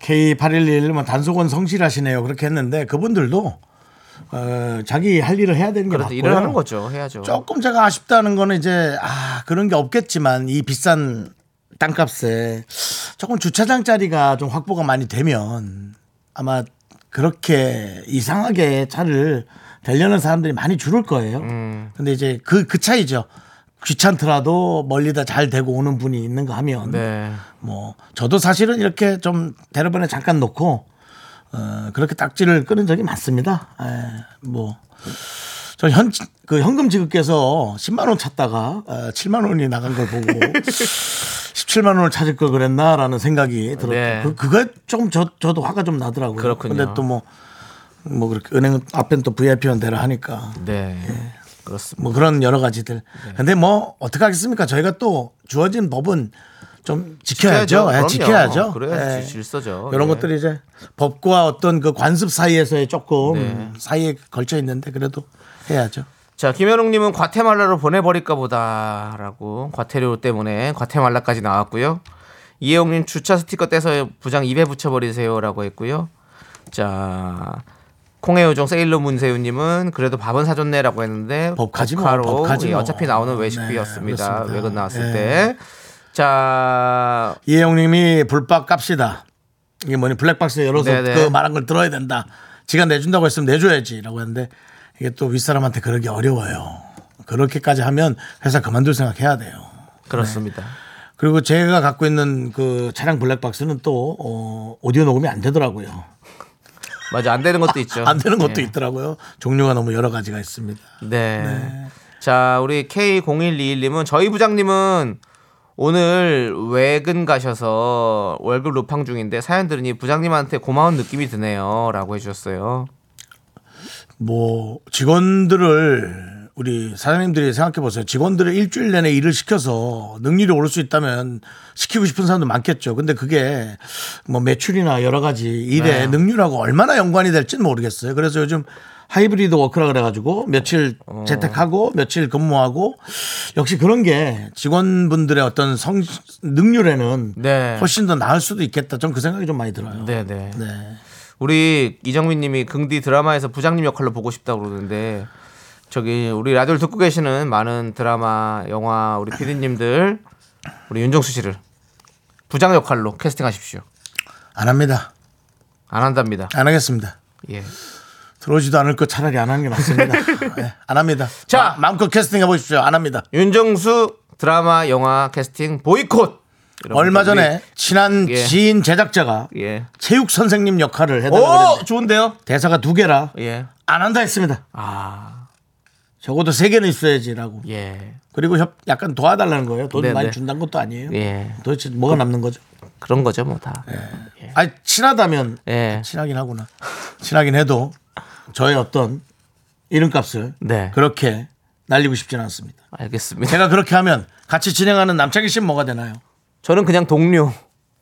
S1: K811 뭐 단속원 성실하시네요. 그렇게 했는데 그분들도 어, 자기 할 일을 해야 되는 게
S2: 그래도
S1: 맞고요.
S2: 일을 하는 거죠. 해야죠.
S1: 조금 제가 아쉽다는 거는 이제 아 그런 게 없겠지만 이 비싼 땅값에 조금 주차장 자리가 좀 확보가 많이 되면 아마 그렇게 이상하게 차를 대려는 사람들이 많이 줄을 거예요. 근데 이제 그 그 차이죠. 귀찮더라도 멀리다 잘 대고 오는 분이 있는 거 하면
S2: 네.
S1: 뭐 저도 사실은 이렇게 좀 대로변에 잠깐 놓고 어, 그렇게 딱지를 끊은 적이 많습니다. 예, 뭐. 저 현, 그 현금 지급께서 10만원 찾다가 어, 7만원이 나간 걸 보고 17만원을 찾을 걸 그랬나라는 생각이 들었고.
S2: 네.
S1: 그, 그거 좀 저, 저도 화가 좀 나더라고요.
S2: 그렇군요.
S1: 근데 또 뭐, 뭐 그렇게 은행 앞엔 또 VIP 연대를 하니까
S2: 네. 그렇습니다.
S1: 뭐 그런 여러 가지들.
S2: 네.
S1: 근데 뭐 어떻게 하겠습니까? 저희가 또 주어진 법은 좀 지켜야죠.
S2: 지켜야죠.
S1: 예, 지켜야죠.
S2: 그럼요. 그래야
S1: 예.
S2: 질서죠.
S1: 이런
S2: 예.
S1: 것들이 이제 법과 어떤 그 관습 사이에서의 조금
S2: 네.
S1: 사이에 걸쳐 있는데 그래도 해야죠.
S2: 자, 김현웅님은 과테말라로 보내버릴까 보다라고 과태료 때문에 과테말라까지 나왔고요. 이혜웅님 주차 스티커 떼서 부장 입에 붙여버리세요라고 했고요. 자, 콩의 요정 세일러 문세윤님은 그래도 밥은 사줬네라고 했는데
S1: 법까지 뭐,
S2: 법카로
S1: 법까지
S2: 예,
S1: 뭐.
S2: 어차피 나오는
S1: 네,
S2: 외식비였습니다.
S1: 그렇습니다.
S2: 외근 나왔을
S1: 예.
S2: 때. 자,
S1: 이혜영님이 불박 깝시다. 이게 뭐니 블랙박스에 열어서
S2: 네네.
S1: 그 말한 걸 들어야 된다. 지가 내준다고 했으면 내줘야지라고 했는데 이게 또 윗사람한테 그러기 어려워요. 그렇게까지 하면 회사 그만둘 생각해야 돼요.
S2: 그렇습니다.
S1: 네. 그리고 제가 갖고 있는 그 차량 블랙박스는 또 어, 오디오 녹음이 안 되더라고요.
S2: 맞아, 안 되는 것도 있죠.
S1: 안 되는 것도
S2: 예.
S1: 있더라고요. 종류가 너무 여러 가지가 있습니다.
S2: 네. 자, 우리 K0121님은 저희 부장님은 오늘 외근 가셔서 월급 루팡 중인데 사연 들으니 부장님한테 고마운 느낌이 드네요. 라고 해주셨어요.
S1: 뭐 직원들을 우리 사장님들이 생각해 보세요. 직원들을 일주일 내내 일을 시켜서 능률이 오를 수 있다면 시키고 싶은 사람도 많겠죠. 근데 그게 뭐 매출이나 여러 가지 일의
S2: 네.
S1: 능률하고 얼마나 연관이 될지는 모르겠어요. 그래서 요즘 하이브리드 워크라 그래가지고 며칠
S2: 어.
S1: 재택하고 며칠 근무하고 역시 그런 게 직원분들의 어떤 성 능률에는
S2: 네.
S1: 훨씬 더 나을 수도 있겠다. 전 그 생각이 좀 많이 들어요.
S2: 네네.
S1: 네.
S2: 우리 이정민 님이 긍디 드라마에서 부장님 역할로 보고 싶다고 그러는데 저기 우리 라디오를 듣고 계시는 많은 드라마, 영화 우리 피디님들 우리 윤정수 씨를 부장 역할로 캐스팅하십시오.
S1: 안 합니다.
S2: 안 한답니다.
S1: 안 하겠습니다.
S2: 예.
S1: 들어오지도 않을 거 차라리 안 하는 게 낫습니다. 예, 안 합니다.
S2: 자.
S1: 자, 마음껏 캐스팅 해보십시오. 안 합니다.
S2: 윤정수 드라마 영화 캐스팅 보이콧. 여러분,
S1: 얼마
S2: 우리-
S1: 전에 친한
S2: 예.
S1: 지인 제작자가
S2: 예.
S1: 체육 선생님 역할을 해달라고
S2: 오
S1: 그랬는데
S2: 좋은데요?
S1: 대사가 두 개라
S2: 예.
S1: 안 한다 했습니다.
S2: 아
S1: 적어도 세 개는 있어야지라고.
S2: 예.
S1: 그리고 협, 약간 도와달라는 거예요. 돈
S2: 네,
S1: 많이
S2: 네.
S1: 준다는 것도 아니에요.
S2: 예.
S1: 도대체 뭐가 남는 거죠?
S2: 그런 거죠 뭐 다.
S1: 예. 아니 친하다면
S2: 예.
S1: 친하긴 하구나. 친하긴 해도 저의 어떤 이름값을
S2: 네.
S1: 그렇게 날리고 싶지는 않습니다.
S2: 알겠습니다.
S1: 제가 그렇게 하면 같이 진행하는 남창희 씨는 뭐가 되나요?
S2: 저는 그냥 동료.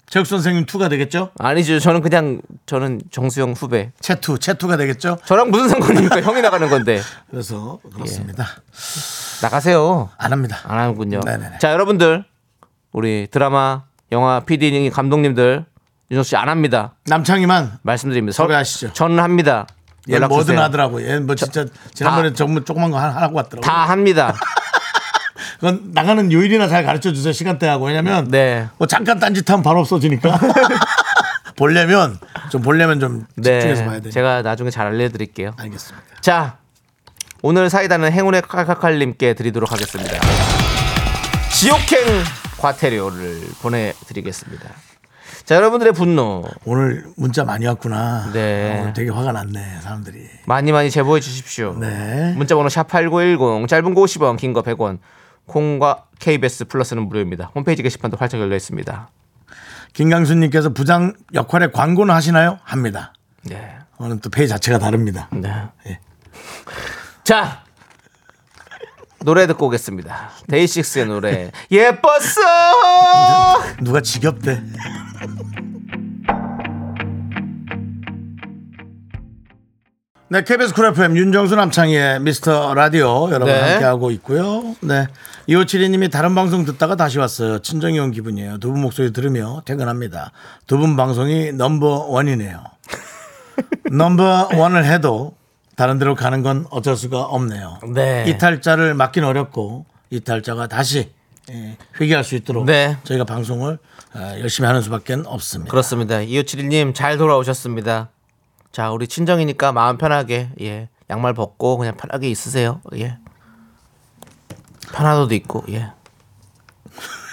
S1: 체육 선생님 투가 되겠죠?
S2: 아니죠. 저는 그냥 저는 정수영 후배.
S1: 채투, 채투가 되겠죠?
S2: 저랑 무슨 상관입니까? 형이 나가는 건데
S1: 그래서 그렇습니다.
S2: 나가세요.
S1: 안 합니다.
S2: 안 하는군요.
S1: 네네네.
S2: 자 여러분들 우리 드라마 영화 PD님 감독님들 윤석 씨안 합니다.
S1: 남창희만
S2: 말씀드립니다.
S1: 섭외하시죠.
S2: 저는 합니다.
S1: 얘
S2: 연락
S1: 뭐든
S2: 주세요.
S1: 하더라고. 얘뭐 진짜 지난번에
S2: 다-
S1: 전부 조그만 거 하나 하고 왔더라고.
S2: 다 합니다.
S1: 그건 나가는 요일이나 잘 가르쳐 주세요. 시간대하고 왜냐면
S2: 네.
S1: 뭐 잠깐 딴짓하면 바로 없어지니까. 보려면 좀 보려면 좀 집중해서 봐야
S2: 네.
S1: 돼요.
S2: 제가 나중에 잘 알려드릴게요.
S1: 알겠습니다.
S2: 자 오늘 사이다는 행운의 칼칼칼님께 드리도록 하겠습니다. 지옥행 과태료를 보내드리겠습니다. 자 여러분들의 분노
S1: 오늘 문자 많이 왔구나.
S2: 네.
S1: 오늘 되게 화가 났네 사람들이.
S2: 많이 많이 제보해 주십시오.
S1: 네.
S2: 문자번호 샵 8910 짧은 거 50원 긴 거 100원 콩과 KBS 플러스는 무료입니다. 홈페이지 게시판도 활짝 열려 있습니다.
S1: 김강수님께서 부장 역할에 광고는 하시나요? 합니다.
S2: 네.
S1: 오늘 또 페이 자체가 다릅니다.
S2: 네.
S1: 예.
S2: 자 노래 듣고 오겠습니다. 데이식스의 노래 예뻤어.
S1: 누가 지겹대. 네, KBS 쿨 FM 윤정수 남창희의 미스터 라디오 여러분
S2: 네.
S1: 함께하고 있고요. 네, 이호칠이님이 다른 방송 듣다가 다시 왔어요. 친정이 온 기분이에요. 두 분 목소리 들으며 퇴근합니다. 두 분 방송이 넘버 원이네요. 넘버 원을 해도 다른 데로 가는 건 어쩔 수가 없네요.
S2: 네.
S1: 이탈자를 막긴 어렵고 이탈자가 다시 예, 회귀할 수 있도록
S2: 네.
S1: 저희가 방송을 아, 열심히 하는 수밖에 없습니다.
S2: 그렇습니다. 2571님 잘 돌아오셨습니다. 자 우리 친정이니까 마음 편하게 예 양말 벗고 그냥 편하게 있으세요. 예 편하도도 있고 예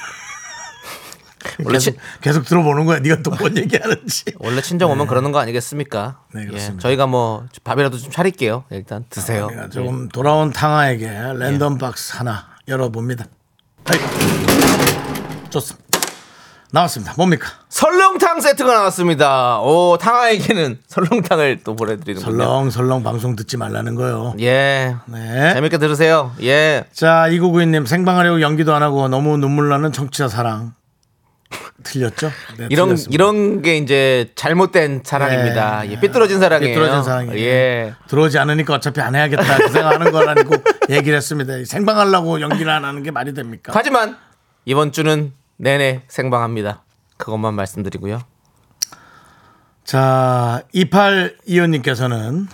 S2: 원래 친-
S1: 계속, 계속 들어보는 거야. 네가 또 뭔 얘기하는지.
S2: 원래 친정 오면 그러는 거 아니겠습니까?
S1: 네, 그렇습니다.
S2: 예, 저희가 뭐 밥이라도 좀 차릴게요. 일단 드세요. 네.
S1: 내가 조금 돌아온 탕아에게 랜덤 박스 하나 열어봅니다. 아이. 좋습니다. 나왔습니다. 뭡니까?
S2: 설렁탕 세트가 나왔습니다. 오 탕아에게는 설렁탕을 또 보내드리는 군요
S1: 설렁설렁 방송 듣지 말라는 거요.
S2: 예.
S1: 네.
S2: 재밌게 들으세요. 예.
S1: 자, 2992님 생방하려고 연기도 안 하고 너무 눈물 나는 청취자 사랑. 틀렸죠? 네,
S2: 이런
S1: 틀렸습니다.
S2: 이런 게 이제 잘못된 사랑입니다.
S1: 네.
S2: 예, 삐뚤어진 사랑이에요.
S1: 삐뚤어진 사랑이에요.
S2: 예.
S1: 들어오지 않으니까 어차피 안 해야겠다 그 생각하는 거라고 얘기를 했습니다. 생방하려고 연기를 안 하는 게 말이 됩니까?
S2: 하지만 이번 주는 내내 생방합니다. 그것만 말씀드리고요.
S1: 자, 2825님께서는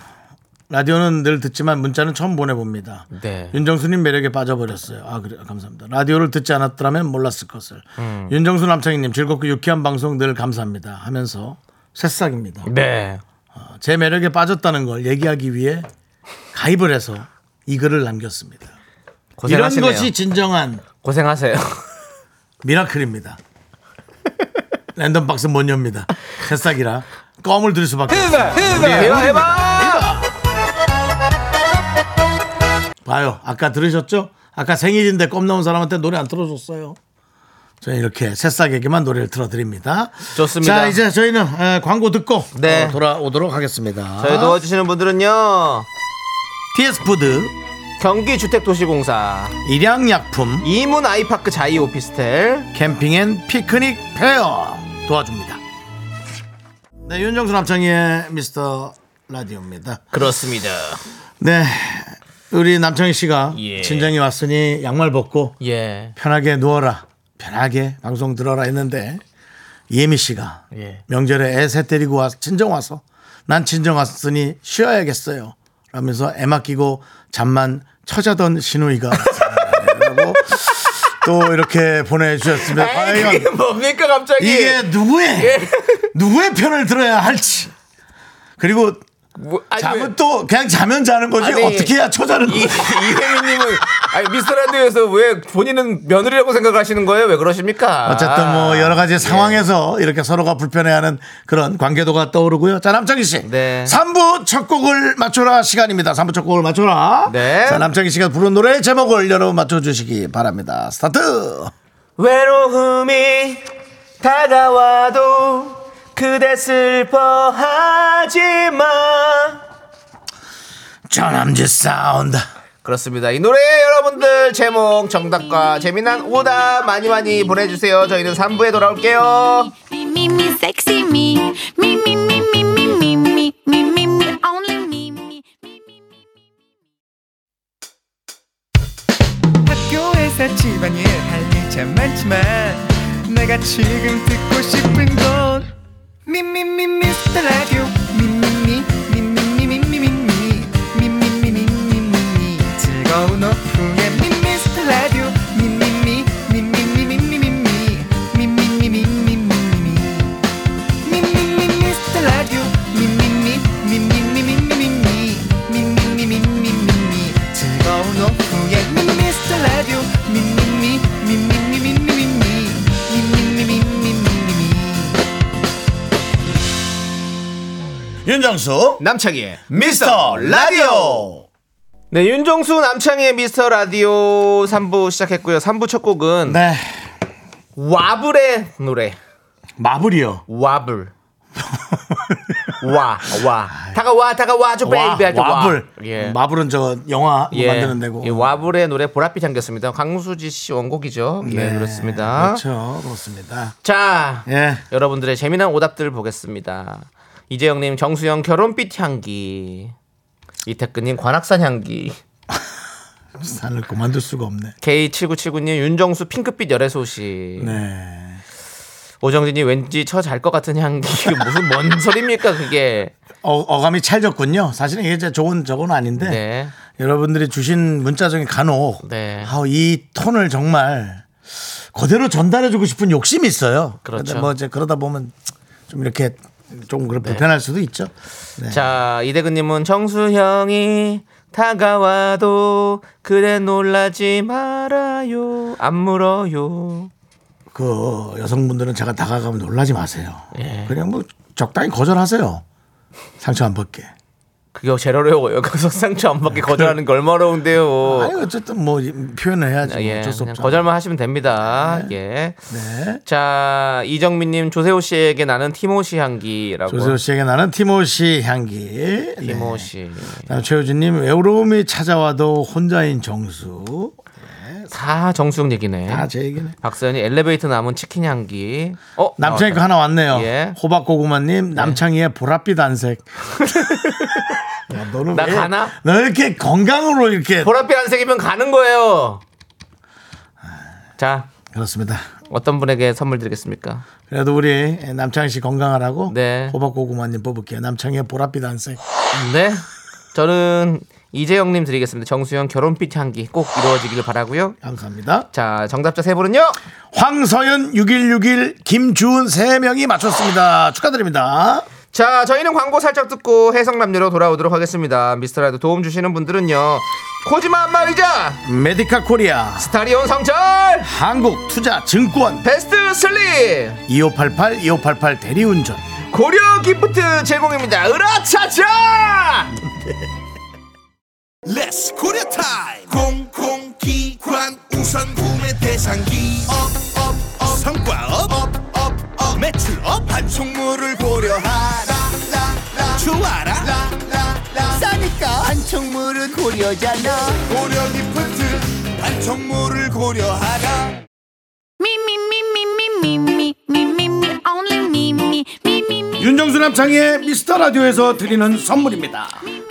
S1: 라디오는 늘 듣지만 문자는 처음 보내봅니다.
S2: 네.
S1: 윤정수님 매력에 빠져버렸어요. 아, 그래 감사합니다. 라디오를 듣지 않았더라면 몰랐을 것을. 윤정수 남창희님 즐겁고 유쾌한 방송 늘 감사합니다. 하면서 새싹입니다.
S2: 네.
S1: 어, 제 매력에 빠졌다는 걸 얘기하기 위해 가입을 해서 이 글을 남겼습니다. 이런
S2: 고생하시네요.
S1: 것이 진정한
S2: 고생하세요.
S1: 미라클입니다. 랜덤 박스 못 엽니다. 새싹이라 껌을 들
S2: 네.
S1: 네. 수밖에 없어요.
S2: 해봐 해봐.
S1: 봐요. 아까 들으셨죠? 아까 생일인데 껌 나온 사람한테 노래 안 틀어줬어요. 저는 이렇게 새싹에게만 노래를 틀어드립니다.
S2: 좋습니다.
S1: 자, 이제 저희는 에, 광고 듣고
S2: 네.
S1: 어, 돌아오도록 하겠습니다.
S2: 저희 도와주시는 분들은요.
S1: TS푸드,
S2: 경기주택도시공사,
S1: 일양약품,
S2: 이문 아이파크 자이 오피스텔,
S1: 캠핑 앤 피크닉 페어 도와줍니다. 네, 윤정수 남창희의 미스터 라디오입니다.
S2: 그렇습니다.
S1: 네, 우리 남창희 씨가
S2: 예.
S1: 진정이 왔으니 양말 벗고
S2: 예.
S1: 편하게 누워라. 편하게 방송 들어라 했는데 이예미 씨가
S2: 예.
S1: 명절에 애 새 데리고 와서 친정 와서 난 친정 왔으니 쉬어야겠어요. 라면서 애 맡기고 잠만 처자던 신우이가 라고 또 이렇게 보내주셨습니다. 과연
S2: 뭡니까 갑자기?
S1: 이게 누구의
S2: 예.
S1: 누구의 편을 들어야 할지 그리고
S2: 뭐, 아니, 왜-
S1: 잠은 또 그냥 자면 자는 거지
S2: 아니,
S1: 어떻게 해야 처자는
S2: 이- 이혜민님은 아니 미스라디오에서 왜 본인은 며느리라고 생각하시는 거예요? 왜 그러십니까?
S1: 어쨌든 뭐 여러
S2: 예.
S1: 가지 상황에서 이렇게 서로가 불편해하는 그런 관계도가 떠오르고요. 자 남창희 씨,
S2: 네.
S1: 3부 첫 곡을 맞춰라 시간입니다. 3부 첫 곡을 맞춰라.
S2: 네.
S1: 자 남창희 씨가 부른 노래의 제목을 여러분 맞춰주시기 바랍니다. 스타트.
S2: 외로움이 다가와도 그대 슬퍼하지 마.
S1: 전남지 사운드.
S2: 그렇습니다. 이 노래 여러분들 제목 정답과 재미난 오답 많이 많이 보내주세요. 저희는 3부에 돌아올게요.
S5: Me, me, me, sexy me. Me, me, me, me, me, me, me, me, me, me, only me, me.
S6: 학교에서 집안일 할 일 참 많지만 내가 지금 듣고 싶은 건 미미미 미스터 라디오 미미미 미미미 미미미 미미미 미미미
S2: 어.
S6: 즐거운 오후에 미스터 라디오 미미미 미미미 미미미 미미미 미미미 미미미 미스터 라디오 미미미 미미미 미미미 미미미 미미미 즐거운 오후에 미스터 라디오 미미미 미미미 미미미 미미미 미미미
S1: 윤정수
S2: 남창희의
S1: 미스터 라디오.
S2: 네, 윤종수 남창희의 미스터 라디오 3부 시작했고요. 3부 첫 곡은
S1: 네.
S2: 와블의 노래.
S1: 마블이요.
S2: 와블. 와, 와. 다가와, 다가와, 좀
S1: 와,
S2: 어, 베이비 할 때 와.
S1: 와블.
S2: 예.
S1: 마블은 저 영화 뭐
S2: 예.
S1: 만드는 데고.
S2: 예, 와블의 노래 보랏빛 잠겼습니다. 강수지 씨 원곡이죠. 예, 그렇습니다.
S1: 네. 그렇죠. 그렇습니다.
S2: 자,
S1: 예.
S2: 여러분들의 재미난 오답들 보겠습니다. 이재영님 정수영 결혼빛 향기, 이태근님 관악산 향기,
S1: 산을 그만둘 수가 없네.
S2: K7979님 윤정수 핑크빛 열애소식,
S1: 네.
S2: 오정진님 왠지 처 잘 것 같은 향기. 이게 무슨 뭔 소리입니까 그게?
S1: 어, 어감이 찰졌군요. 사실은 이게 이제 좋은 저건 아닌데
S2: 네.
S1: 여러분들이 주신 문자 중에 간혹
S2: 네.
S1: 아우, 이 톤을 정말 그대로 전달해주고 싶은 욕심이 있어요.
S2: 그렇죠.
S1: 근데 뭐 이제 그러다 보면 좀 이렇게 좀 그런 불편할 수도 있죠. 네.
S2: 자 이대근님은 정수형이 다가와도 그래 놀라지 말아요 안 물어요
S1: 그 여성분들은 제가 다가가면 놀라지 마세요.
S2: 예.
S1: 그냥 뭐 적당히 거절하세요. 상처 안 받게.
S2: 그게 제일 어려워요 그래서 상처 안 받게 거절하는 게 얼마나 어려운데요
S1: 아, 아니 어쨌든 뭐 이- 표현을 해야지.
S2: 아,
S1: 뭐
S2: 예,
S1: 어쩔 수
S2: 그냥
S1: 없죠.
S2: 거절만 하시면 됩니다. 예.
S1: 네.
S2: 자, 이정민님 조세호 씨에게 나는 티모시 향기라고.
S1: 조세호 씨에게 나는 티모시 향기. 네.
S2: 티모시.
S1: 다음 최효진님 외로움이 찾아와도 혼자인 정수.
S2: 다 정수영 얘기네.
S1: 다 제 얘기네.
S2: 박서연이 엘리베이터 남은 치킨 향기. 어,
S1: 남창이 거
S2: 나왔다.
S1: 하나 왔네요.
S2: 예.
S1: 호박고구마님 남창이의 보랏빛 안색. 야, 너는
S2: 나
S1: 왜-
S2: 가나?
S1: 너 이렇게 건강으로 이렇게
S2: 보랏빛 안색이면 가는 거예요. 자,
S1: 그렇습니다.
S2: 어떤 분에게 선물 드리겠습니까?
S1: 그래도 우리 남창희 씨 건강하라고
S2: 네.
S1: 호박고구마님 뽑을게요. 남창희의 보랏빛 안색.
S2: 네. 저는 이재영님 드리겠습니다. 정수영 결혼빛 향기 꼭 이루어지길 바라고요.
S1: 감사합니다.
S2: 자, 정답자 세 분은요.
S1: 황서연 6161 김주은 세 명이 맞췄습니다. 축하드립니다.
S2: 자, 저희는 광고 살짝 듣고 해성남녀로 돌아오도록 하겠습니다. 미스터라이드 도움 주시는 분들은요. 코지마 안마의자,
S1: 메디카 코리아
S2: 스타리온 성철,
S1: 한국 투자 증권
S2: 베스트 슬립,
S1: 2588 2588 대리운전
S2: 고려 기프트 제공입니다. 으라차차!
S7: Let's coup d'état! 공공기관 우선 구매 대상 기업업업 성과업 업업업 매출업 반총물을 고려하라 라라 좋아라 라라라 싸니까 반총물은 고려잖아 고려 기프트 반총물을 고려하라
S5: Me, me, me, me, me, me, me, me, me, me, only me, me, me, me, me.
S1: 윤정수 남창의 미스터 라디오에서 드리는 선물입니다.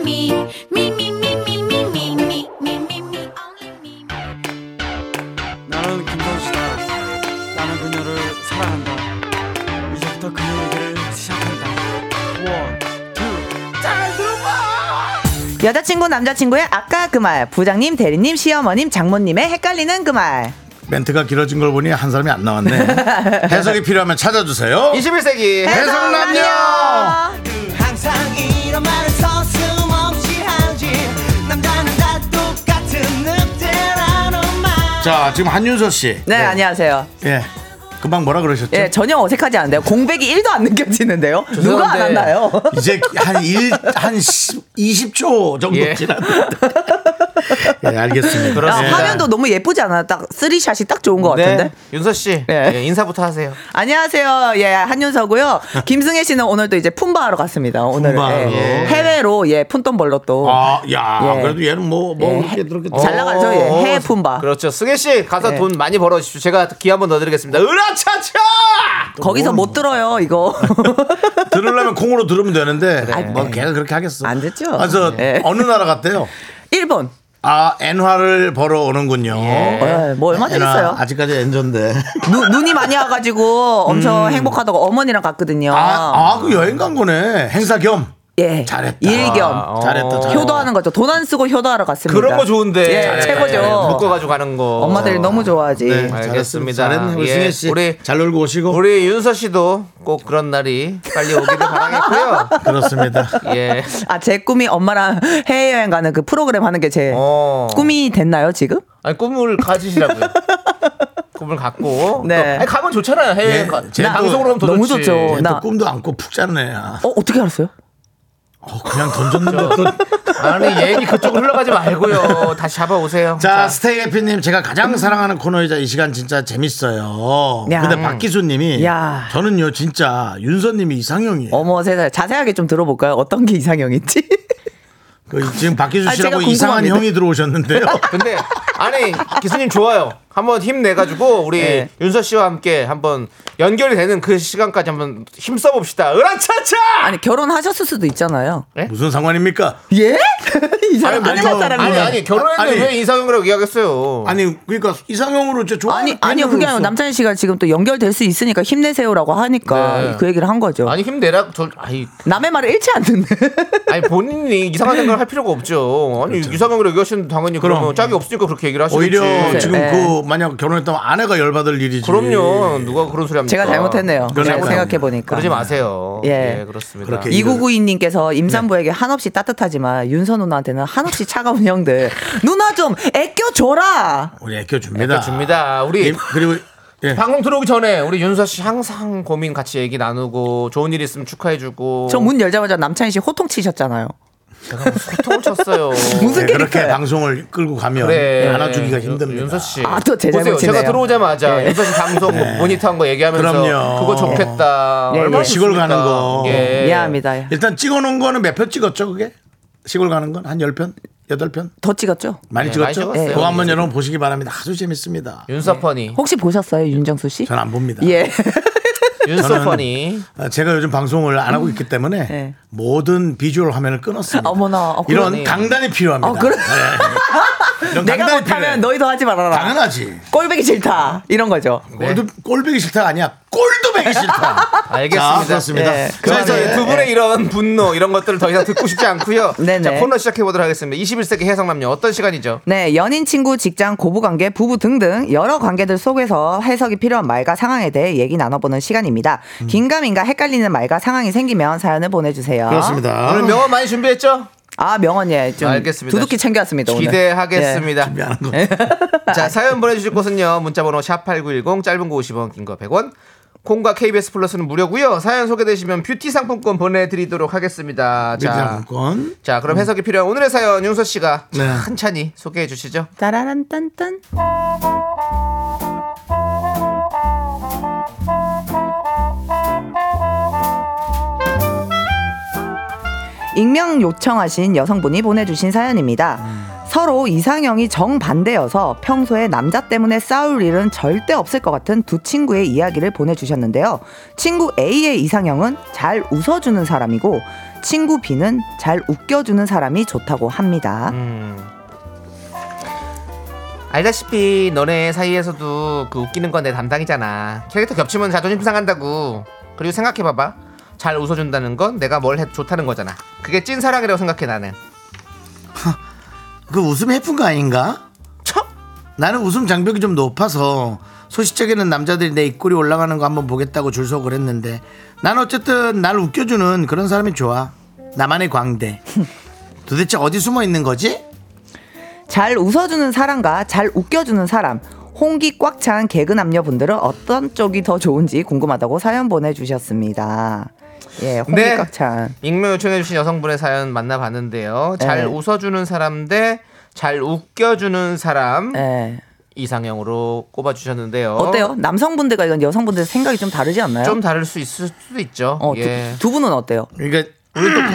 S5: me. Me, me, me, me, me, me, me, me, me, me, only me.
S6: 나는 김선수다. 나는 그녀를 사랑한다. 이제부터 그녀에게 시작한다. 원, 투.
S8: 여자친구 남자친구의 아까 그 말 부장님 대리님 시어머님 장모님의 헷갈리는 그 말
S1: 멘트가 길어진 걸 보니 한 사람이 안 나왔네. 해석이 필요하면 찾아주세요.
S2: 21세기
S8: 네,
S1: 해석남녀!
S6: 항상 이런 말을 서슴없이 하지. 남자는 다 똑같은 늑대라는 말.
S1: 자, 지금 한윤서 씨.
S8: 네, 안녕하세요
S1: 예. 금방 뭐라 그러셨죠?
S8: 예 전혀 어색하지 않은데요 공백이 1도 안 느껴지는데요 누가 안
S2: 죄송한데.
S8: 한다요
S1: 이제 한 일 한 20초 정도
S2: 예.
S1: 지났는데. 예, 알겠습니다.
S8: 아,
S2: 그렇습니다.
S8: 화면도 너무 예쁘지 않아 딱 쓰리샷이 딱 좋은 것 같은데
S2: 네, 윤서 씨
S8: 네.
S2: 예, 인사부터 하세요.
S8: 안녕하세요. 예, 한윤서고요. 김승혜 씨는 오늘 또 이제 품바하러 갔습니다. 오늘
S1: 품바하러.
S8: 예. 해외로 예, 푼돈 벌러 또.
S1: 아, 야,
S8: 예.
S1: 그래도 얘는 뭐, 뭐,
S8: 예.
S1: 그렇게 들었겠
S8: 잘 나가죠, 예. 해외 품바.
S2: 어, 그렇죠. 승혜 씨 가서
S8: 예.
S2: 돈 많이 벌어 주십시오. 제가 귀 한번 넣어드리겠습니다. 으라차차.
S8: 거기서 못 들어요, 이거.
S1: 들으려면 콩으로 들으면 되는데, 뭐,
S8: 네.
S1: 걔가 그렇게 하겠어.
S8: 안 됐죠?
S1: 그래서
S8: 예.
S1: 어느 나라 갔대요?
S8: 일본.
S1: 아, 엔화를 벌어 오는군요.
S8: 예, 뭐 얼마 되겠어요?
S1: 네. 아직까지 엔전데.
S8: 누- 눈이 많이 와가지고 엄청 행복하다고 어머니랑 갔거든요.
S1: 음. 아, 아, 그 여행 간 거네. 행사 겸.
S8: 예.
S1: 잘했다. 어.
S8: 일겸.
S1: 잘했다, 잘했다.
S8: 효도하는 거죠. 돈 안 쓰고 효도하러 갔습니다.
S2: 아, 어. 그런 거 좋은데.
S8: 예,
S2: 잘해.
S8: 최고죠.
S2: 묶어가지고 어. 가는 거.
S8: 엄마들이 너무 좋아하지.
S1: 네,
S2: 알겠습니다.
S1: 잘했네. 우리
S2: 예,
S1: 승혜 씨.
S2: 우리-
S1: 잘 놀고 오시고.
S2: 우리 윤서 씨도 꼭 그런 날이 빨리 오기를 바라겠고요.
S1: 그렇습니다.
S2: 예.
S8: 아, 제 꿈이 엄마랑 해외여행 가는 그 프로그램 하는 게 제
S2: 어.
S8: 꿈이 됐나요, 지금?
S2: 아니 꿈을 가지시라고요. 꿈을 갖고.
S8: 네.
S2: 또- 아니 가면 좋잖아요. 해외
S1: 예,
S2: 가.
S1: 쟤도
S2: 방송으로 하면 더
S8: 너무
S2: 좋지.
S8: 좋죠.
S1: 네, 얘또
S8: 나-
S1: 꿈도 안고 푹 자는 애야.
S8: 어, 어떻게 알았어요?
S1: 어, 그냥 던졌는데. 또-
S2: 아니 얘기 그쪽으로 흘러가지 말고요. 다시 잡아오세요.
S1: 자, 스테이 해피님, 제가 가장 사랑하는 코너이자 이 시간 진짜 재밌어요.
S8: 야.
S1: 근데 박기수님이
S8: 야.
S1: 저는요, 진짜 윤서님이 이상형이에요.
S8: 어머 세상에 자세하게 좀 들어볼까요? 어떤 게 이상형인지?
S1: 그 지금 박기수
S8: 아, 제가
S1: 씨라고 이상한
S8: 궁금합니다.
S1: 형이 들어오셨는데요.
S2: 근데 아니 기수님 좋아요. 한번 힘내 가지고 우리
S8: 네.
S2: 윤서 씨와 함께 한번 연결이 되는 그 시간까지 한번 힘써 봅시다. 으라차차.
S8: 아니 결혼하셨을 수도 있잖아요.
S1: 무슨 상관입니까?
S8: 예? 이 사람
S1: 아니,
S8: 놀란
S1: 뭐,
S8: 사람이네.
S2: 아니
S8: 아니,
S2: 아니 결혼했는데
S1: 아니.
S2: 왜 이상형이라고 이야기했어요?
S1: 아니, 그러니까 이상형으로 이제 좋아.
S8: 아니, 아니요 그게 아니고 남찬희 씨가 지금 또 연결될 수 있으니까 힘내세요라고 하니까
S2: 네.
S8: 그 얘기를 한 거죠.
S2: 아니 힘내라. 저 아니
S8: 남의 말을 일치 안 듣는.
S2: 아니 본인이 이상한 생각을 할 필요가 없죠. 아니 이상형으로 얘기하시는 당연히 그러면
S1: 그럼.
S2: 짝이 없으니까 그렇게 얘기를 하시겠지.
S1: 오히려 지금
S8: 네.
S1: 그 만약 결혼했다면 아내가 열받을 일이지.
S2: 그럼요. 누가 그런 소리 합니까?
S8: 제가 잘못했네요.
S1: 그러니까요.
S8: 생각해 보니까.
S2: 아, 그러지 마세요. 예,
S8: 예.
S2: 그렇습니다.
S1: 그렇게 네.
S8: 이구구이님께서 임산부에게 한없이 따뜻하지만 윤서 누나한테는 한없이 차가운 형들 누나 좀 애껴줘라.
S1: 우리 예, 애껴줍니다.
S2: 줍니다. 우리
S1: 예, 그리고 예.
S2: 방송 들어오기 전에 우리 윤서 씨 항상 고민 같이 얘기 나누고 좋은 일 있으면 축하해주고
S8: 저 문 열자마자 남찬희 씨 호통 치셨잖아요.
S2: 소통을 쳤어요.
S8: 무슨
S1: 네, 그렇게
S8: 캐릭터예요?
S1: 방송을 끌고 가면 네, 예,
S2: 그래.
S1: 안아주기가
S2: 윤-
S1: 힘듭니다.
S2: 윤서 씨.
S8: 아, 또제
S2: 보세요.
S8: 잘못이네요.
S2: 제가 들어오자마자
S8: 예.
S2: 윤서 씨 방송 모니터한 거 얘기하면서
S1: 그럼요.
S2: 그거 좋겠다.
S8: 예,
S2: 얼마나
S8: 예.
S1: 시골
S2: 좋습니까?
S1: 가는 거.
S2: 예.
S8: 네. 미안합니다.
S1: 일단 찍어놓은 거는 몇 표 찍었죠 그게? 시골 가는 건 한 10편? 8편?
S8: 더 찍었죠?
S1: 많이
S2: 네, 많이
S1: 찍었죠?
S2: 찍었어요.
S1: 그거 한번
S2: 네.
S1: 여러분 보시기 바랍니다. 아주 재밌습니다.
S2: 윤서퍼니
S8: 혹시 보셨어요, 윤정수 씨?
S1: 전 안 봅니다.
S8: 예.
S2: 윤서퍼니
S1: 아, 제가 요즘 방송을 안 하고 있기 때문에
S8: 네.
S1: 모든 비주얼 화면을 끊었습니다.
S8: 어머나, 어,
S1: 이런
S2: 그러네.
S1: 강단이 필요합니다.
S8: 어, 그래.
S1: 네. 이런
S8: 내가
S1: 강단이
S8: 못하면
S1: 필요해.
S8: 너희도 네. 하지 말아라.
S1: 당연하지.
S8: 꼴배기 싫다. 이런 거죠.
S1: 꼴도 꼴배기 싫다 아니야. 꼴도 배기 싫다.
S2: 알겠습니다.
S1: 자, 그렇습니다.
S8: 예,
S1: 자,
S2: 그래서
S8: 그러네.
S1: 이제
S2: 두 분의 이런 분노 이런 것들을 더 이상 듣고 싶지 않고요.
S8: 네네.
S2: 자 코너 시작해 보도록 하겠습니다. 21세기 해성남녀 어떤 시간이죠?
S8: 네, 연인, 친구, 직장, 고부관계, 부부 등등 여러 관계들 속에서 해석이 필요한 말과 상황에 대해 얘기 나눠보는 시간입니다.
S1: 음.
S8: 긴가민가 헷갈리는 말과 상황이 생기면 사연을 보내주세요.
S1: 그렇습니다.
S2: 오늘 명언 많이 준비했죠?
S8: 아, 명언 예, 좀
S2: 알겠습니다.
S8: 두둑히 챙겨왔습니다. 오늘. 예. 네.
S2: 기대하겠습니다.
S1: 준비하는 거.
S2: 자 사연 보내주실 곳은요. 문자번호 샵 #8910 짧은 거 50원, 긴 거 100원. 콩과 KBS 플러스는 무료고요. 사연 소개되시면 뷰티 상품권 보내드리도록 하겠습니다.
S1: 자,
S2: 자,
S1: 상품권.
S2: 자 그럼 해석이 필요한 오늘의 사연 윤서 씨가
S1: 네.
S2: 천천히 소개해 주시죠.
S8: 예. 따라란 딴딴. 익명 요청하신 여성분이 보내주신 사연입니다. 서로 이상형이 정반대여서 평소에 남자 때문에 싸울 일은 절대 없을 것 같은 두 친구의 이야기를 보내주셨는데요. 친구 A의 이상형은 잘 웃어주는 사람이고, 친구 B는 잘 웃겨주는 사람이 좋다고 합니다.
S2: 음. 알다시피 너네 사이에서도 그 웃기는 건 내 담당이잖아. 캐릭터 겹치면 자존심 상한다고. 그리고 생각해봐봐. 잘 웃어준다는 건 내가 뭘 해도 좋다는 거잖아. 그게 찐 사랑이라고 생각해 나는.
S1: 그 웃음 해픈 거 아닌가?
S2: 참.
S1: 나는 웃음 장벽이 좀 높아서 소시적에는 남자들이 내 입꼬리 올라가는 거 한번 보겠다고 줄 서고 그랬는데 난 어쨌든 날 웃겨주는 그런 사람이 좋아. 나만의 광대. 도대체 어디 숨어 있는 거지?
S8: 잘 웃어주는 사람과 잘 웃겨주는 사람 홍기 꽉 찬 개그 남녀분들은 어떤 쪽이 더 좋은지 궁금하다고 사연 보내주셨습니다. 예, 홍기
S2: 네.
S8: 꽉 찬.
S2: 익명 요청해주신 여성분의 사연 만나봤는데요. 잘
S8: 네.
S2: 웃어주는 사람 대 잘 웃겨주는 사람
S8: 예.
S2: 이상형으로 꼽아주셨는데요.
S8: 어때요? 남성분들과 이건 여성분들 생각이 좀 다르지 않나요?
S2: 좀 다를 수 있을 수도 있죠.
S8: 어, 두-
S2: 예.
S8: 두, 분은 어때요?
S1: 그러니까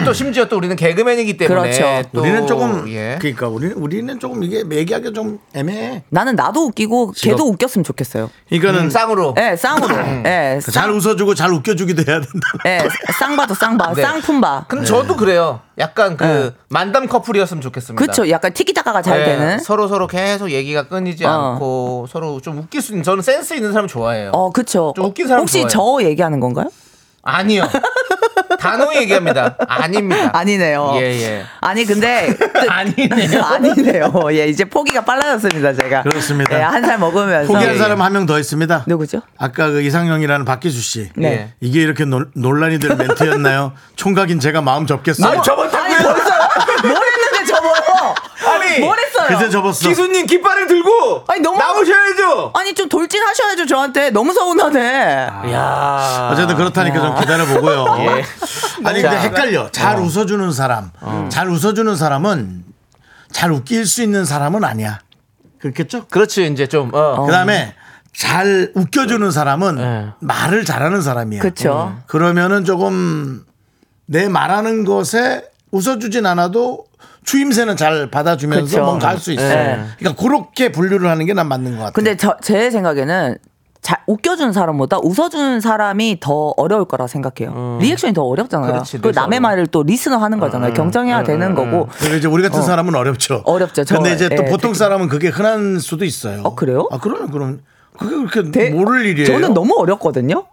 S2: 또 심지어 또 우리는 개그맨이기 때문에
S8: 그렇죠.
S2: 또
S1: 우리는 조금
S2: 예.
S1: 그러니까 우리는 우리는 조금 이게 얘기하기 좀 애매해.
S8: 나는 나도 웃기고
S1: 직업.
S8: 걔도 웃겼으면 좋겠어요.
S1: 이거는
S2: 음, 쌍으로
S8: 예, 쌍으로.
S2: 음.
S8: 예,
S1: 잘
S8: 쌍,
S1: 웃어주고 잘 웃겨주기도 해야 된다.
S8: 예, 쌍바도 쌍바,
S2: 네.
S8: 쌍품바.
S2: 근데 저도 그래요. 약간 그
S8: 네.
S2: 만담 커플이었으면 좋겠습니다.
S8: 예. 그쵸, 약간 티키타카가 잘
S2: 네,
S8: 되는.
S2: 서로 서로 계속 얘기가 끊이지
S8: 어.
S2: 않고 서로 좀 웃길 수 있는 저는 센스 있는 사람 좋아해요.
S8: 어, 그쵸.
S2: 좀 웃긴 사람
S8: 혹시
S2: 좋아해요.
S8: 저 얘기하는 건가요?
S2: 아니요. 단호히 얘기합니다. 아닙니다.
S8: 아니네요.
S2: 예, 예.
S8: 아니, 근데 그
S2: 아니네요.
S8: 아니네요. 예, 이제 포기가 빨라졌습니다, 제가.
S1: 그렇습니다.
S8: 예, 한 살 먹으면서.
S1: 포기한
S2: 예.
S1: 사람 한 명 더 있습니다.
S8: 누구죠?
S1: 아까 그 이상형이라는 박기수 씨.
S8: 네.
S2: 예.
S1: 이게 이렇게 논- 논란이 될 멘트였나요? 총각인 제가 마음 접겠어요.
S8: 아니, 벌써요? 뭘 했는데 저거?
S2: 아니,
S8: 뭘 했어요?
S1: 그새 접었어.
S2: 기수님 깃발을 들고
S8: 아니, 너무-
S2: 나오셔야죠.
S8: 아니, 좀 돌진하셔야죠, 저한테. 너무 서운하네.
S1: 아,
S2: 야.
S1: 어쨌든 그 그렇다니까 좀 기다려보고요.
S2: 예.
S1: 아니 근데 헷갈려. 잘 아. 웃어주는 사람, 잘 웃어주는 사람은 잘 웃길 수 있는 사람은 아니야. 그렇겠죠?
S2: 그렇지 이제 좀 어.
S1: 그다음에 잘 웃겨주는 사람은
S2: 예.
S1: 말을 잘하는 사람이야.
S8: 그쵸.
S1: 네. 그러면은 조금 내 말하는 것에 웃어주진 않아도 추임새는 잘 받아주면서
S8: 그쵸.
S1: 뭔가 할 수 있어.
S8: 예.
S1: 그러니까 그렇게 분류를 하는 게 난 맞는 것 같아.
S8: 근데 저, 제 생각에는 자, 웃겨주는 사람보다 웃어주는 사람이 더 어려울 거라 생각해요.
S1: 음.
S8: 리액션이 더 어렵잖아요.
S2: 그렇지,
S8: 그 남의
S2: 리액션으로.
S8: 말을 또 리스너 하는 거잖아요. 경쟁해야
S1: 음.
S8: 되는 거고.
S1: 그리고 이제 우리 같은 사람은 어렵죠.
S8: 어렵죠. 저,
S1: 근데 이제 또
S8: 예,
S1: 보통
S8: 되게-
S1: 사람은 그게 흔한 수도 있어요.
S8: 어, 그래요?
S1: 아, 그러면 그럼 그게 그렇게
S8: 대-
S1: 모를 일이에요.
S8: 저는 너무 어렵거든요.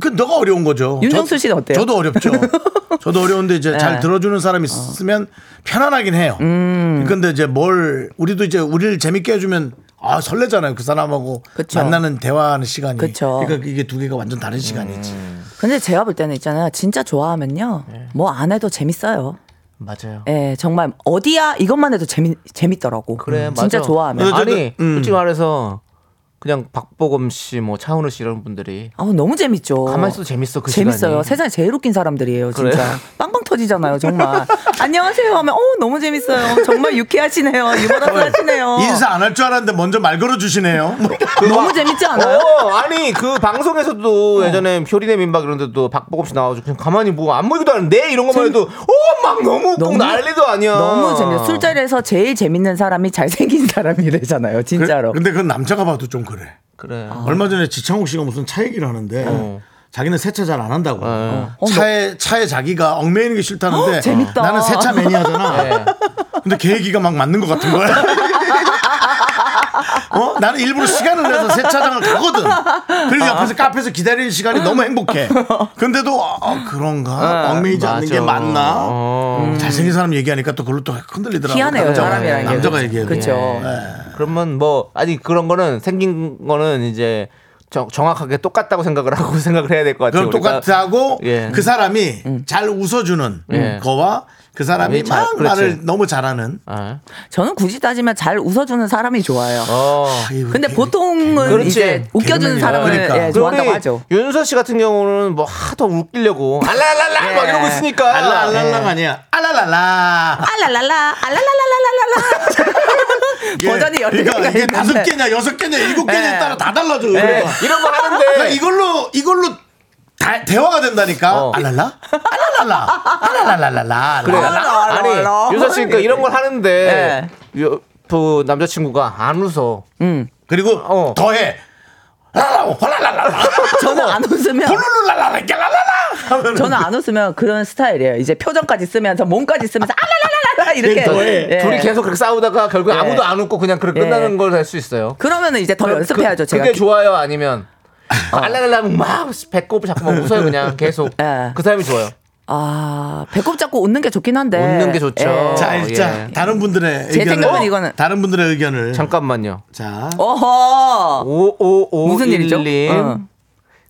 S1: 그 너가 어려운 거죠.
S8: 윤정수 씨는 어때요?
S1: 저도 어렵죠. 저도 어려운데 이제 잘
S8: 예.
S1: 들어주는 사람이 있으면 편안하긴 해요.
S8: 음.
S1: 근데 이제 뭘 우리도 이제 우리를 재밌게 해주면 아 설레잖아요. 그 사람하고
S8: 그쵸.
S1: 만나는 대화하는 시간이.
S8: 그쵸.
S1: 러니까 이게 두 개가 완전 다른 시간이지.
S2: 음,
S8: 근데 제가 볼 때는 있잖아요. 진짜 좋아하면요.
S2: 예.
S8: 뭐 안 해도 재밌어요.
S2: 맞아요.
S8: 예, 정말 어디야 이것만 해도 재미 재밌더라고.
S2: 그래,
S8: 음, 진짜
S2: 맞아.
S8: 좋아하면.
S1: 근데
S2: 아니
S1: 저도- 음.
S2: 솔직히 말해서 그냥 박보검 씨, 뭐 차은우 씨 이런 분들이
S8: 아, 너무 재밌죠.
S2: 가만히 있어도 재밌어 그 시간이.
S8: 재밌어요. 세상에 제일 웃긴 사람들이에요, 진짜.
S2: 그래요?
S8: 빵빵 터지잖아요, 정말. 안녕하세요 하면, 어, 너무 재밌어요. 정말 유쾌하시네요.
S2: 어,
S8: 유머러스하시네요.
S1: 인사 안 할 줄 알았는데 먼저 말 걸어주시네요.
S8: 너무 재밌지 않아요? 어.
S2: 어, 아니 그 방송에서도 예전에 효리네 민박 이런 데도 박보검 씨 나와가지고 그냥 가만히 보고 안 보이기도 하는데 이런 것만 해도 오 막 너무 웃고
S8: 너무-
S2: 난리도 아니야.
S8: 너무 재밌어요. 술자리에서 제일 재밌는 사람이 잘생긴 사람이래잖아요, 진짜로. 어.
S1: 근데 그건 남자가 봐도 좀 그래.
S2: 그래.
S1: 얼마 전에 지창욱 씨가 무슨 차 얘기를 하는데
S2: 어.
S1: 자기는 세차 잘 안 한다고.
S8: 아.
S1: 어. 차에 차에 자기가 얽매이는 게 싫다는데
S8: 뭐. 어, 재밌다. 네.
S1: 나는 세차 매니아잖아. 근데 걔 얘기가 막 맞는 것 같은 거야. 어? 나는 일부러 시간을 내서 세차장을 가거든.
S8: 아.
S1: 그리고 옆에서 카페에서 기다리는 시간이 너무 행복해. 근데도 어,
S8: 아,
S1: 그런가? 얽매이지 않는 게
S2: 맞아.
S1: 맞나?
S2: 어.
S1: 음, 잘생긴 사람 얘기하니까 또 그걸로 또 흔들리더라고.
S8: 희한해요,
S1: 남자가,
S8: 사람이라는 게.
S1: 남자가
S8: 그치?
S1: 얘기해도. 예.
S8: 그쵸. 예.
S2: 그러면 뭐 아니 그런 거는 생긴 거는 이제 정, 정확하게 똑같다고 생각을 하고 생각을 해야 될 것 같아요.
S1: 그럼 똑같다고
S2: 예.
S1: 그 사람이
S8: 음.
S1: 잘 웃어주는
S2: 예.
S1: 거와 그
S8: 아,
S1: 사람이
S2: 음, 잘-
S1: 막
S2: 그렇지.
S1: 말을 너무 잘하는.
S2: 우리가. 예.
S8: 저는 굳이 따지면 잘 웃어주는 사람이 좋아요.
S2: 어.
S1: 뭐 아이고,
S8: 근데
S1: 개-
S8: 보통은
S2: 그렇지.
S8: 이제 웃겨주는
S1: 개그맨이라.
S8: 사람을
S1: 그러니까.
S8: 예,
S2: 그리고 우리
S8: 좋아한다고 하죠.
S2: 윤서 씨 같은 경우는 뭐 하도 웃기려고 알랄랄라
S8: 예.
S2: 막 이러고 있으니까
S1: 네. 그러니까.
S8: 네.
S1: 알랄랄랑 아니야.
S8: 아,
S1: 알랄랄라.
S8: 알랄랄라, 알랄랄랄랄랄라.
S1: 예.
S8: 버전이 여러
S1: 그러니까
S8: 개가
S1: 이게
S8: 있는데.
S1: 다섯 개냐, 여섯 개냐, 일곱 개냐에
S8: 예.
S1: 따라 다 달라져.
S2: 예.
S1: 그러니까
S2: 이런 거 하는데
S1: 그러니까
S8: 네.
S1: 이걸로 이걸로 다- 대화가 된다니까.
S2: 어.
S1: 알랄라, 알랄랄라, 알랄랄랄라.
S2: 그래.
S8: 알아,
S2: 나-
S8: 알아,
S2: 아니
S8: 알아.
S2: 윤서 씨가 그 이런 걸 하는데
S8: 예.
S2: 여- 그 남자친구가 안 웃어.
S8: 음.
S1: 그리고
S2: 어.
S1: 더해. 랄랄라, 랄랄랄라.
S8: 저는 안 웃으면
S1: 홀룰룰랄라,
S2: 음.
S1: 랄랄라.
S8: 저는 안 웃으면 그런 스타일이에요. 이제 표정까지 쓰면서 몸까지 쓰면서 알랄랄랄라 이렇게.
S1: 네,
S2: 그러니까
S1: 더해.
S8: 예.
S2: 둘이 계속 그렇게 싸우다가 결국
S8: 예.
S2: 아무도 안 웃고 그냥 그렇게
S8: 예.
S2: 끝나는 걸 할 수 있어요.
S8: 그러면은 이제 더 연습해야죠.
S2: 그,
S8: 제가 어.
S2: 그게 좋아요 아니면 알랄랄라 막 배꼽을 자꾸만 웃어요 그냥 계속
S8: 예.
S2: 그 사람이 좋아요.
S8: 아 배꼽 잡고 웃는 게 좋긴 한데.
S2: 웃는 게 좋죠.
S8: 예.
S1: 자,
S2: 어,
S1: 일단
S2: 예.
S1: 다른 분들의
S8: 제
S1: 의견을
S8: 생각은 이거는-
S1: 다른 분들의 의견을
S2: 잠깐만요.
S1: 자
S8: 네. 어허.
S2: 오오오
S8: 무슨 일이죠?
S2: 일님.
S8: 어.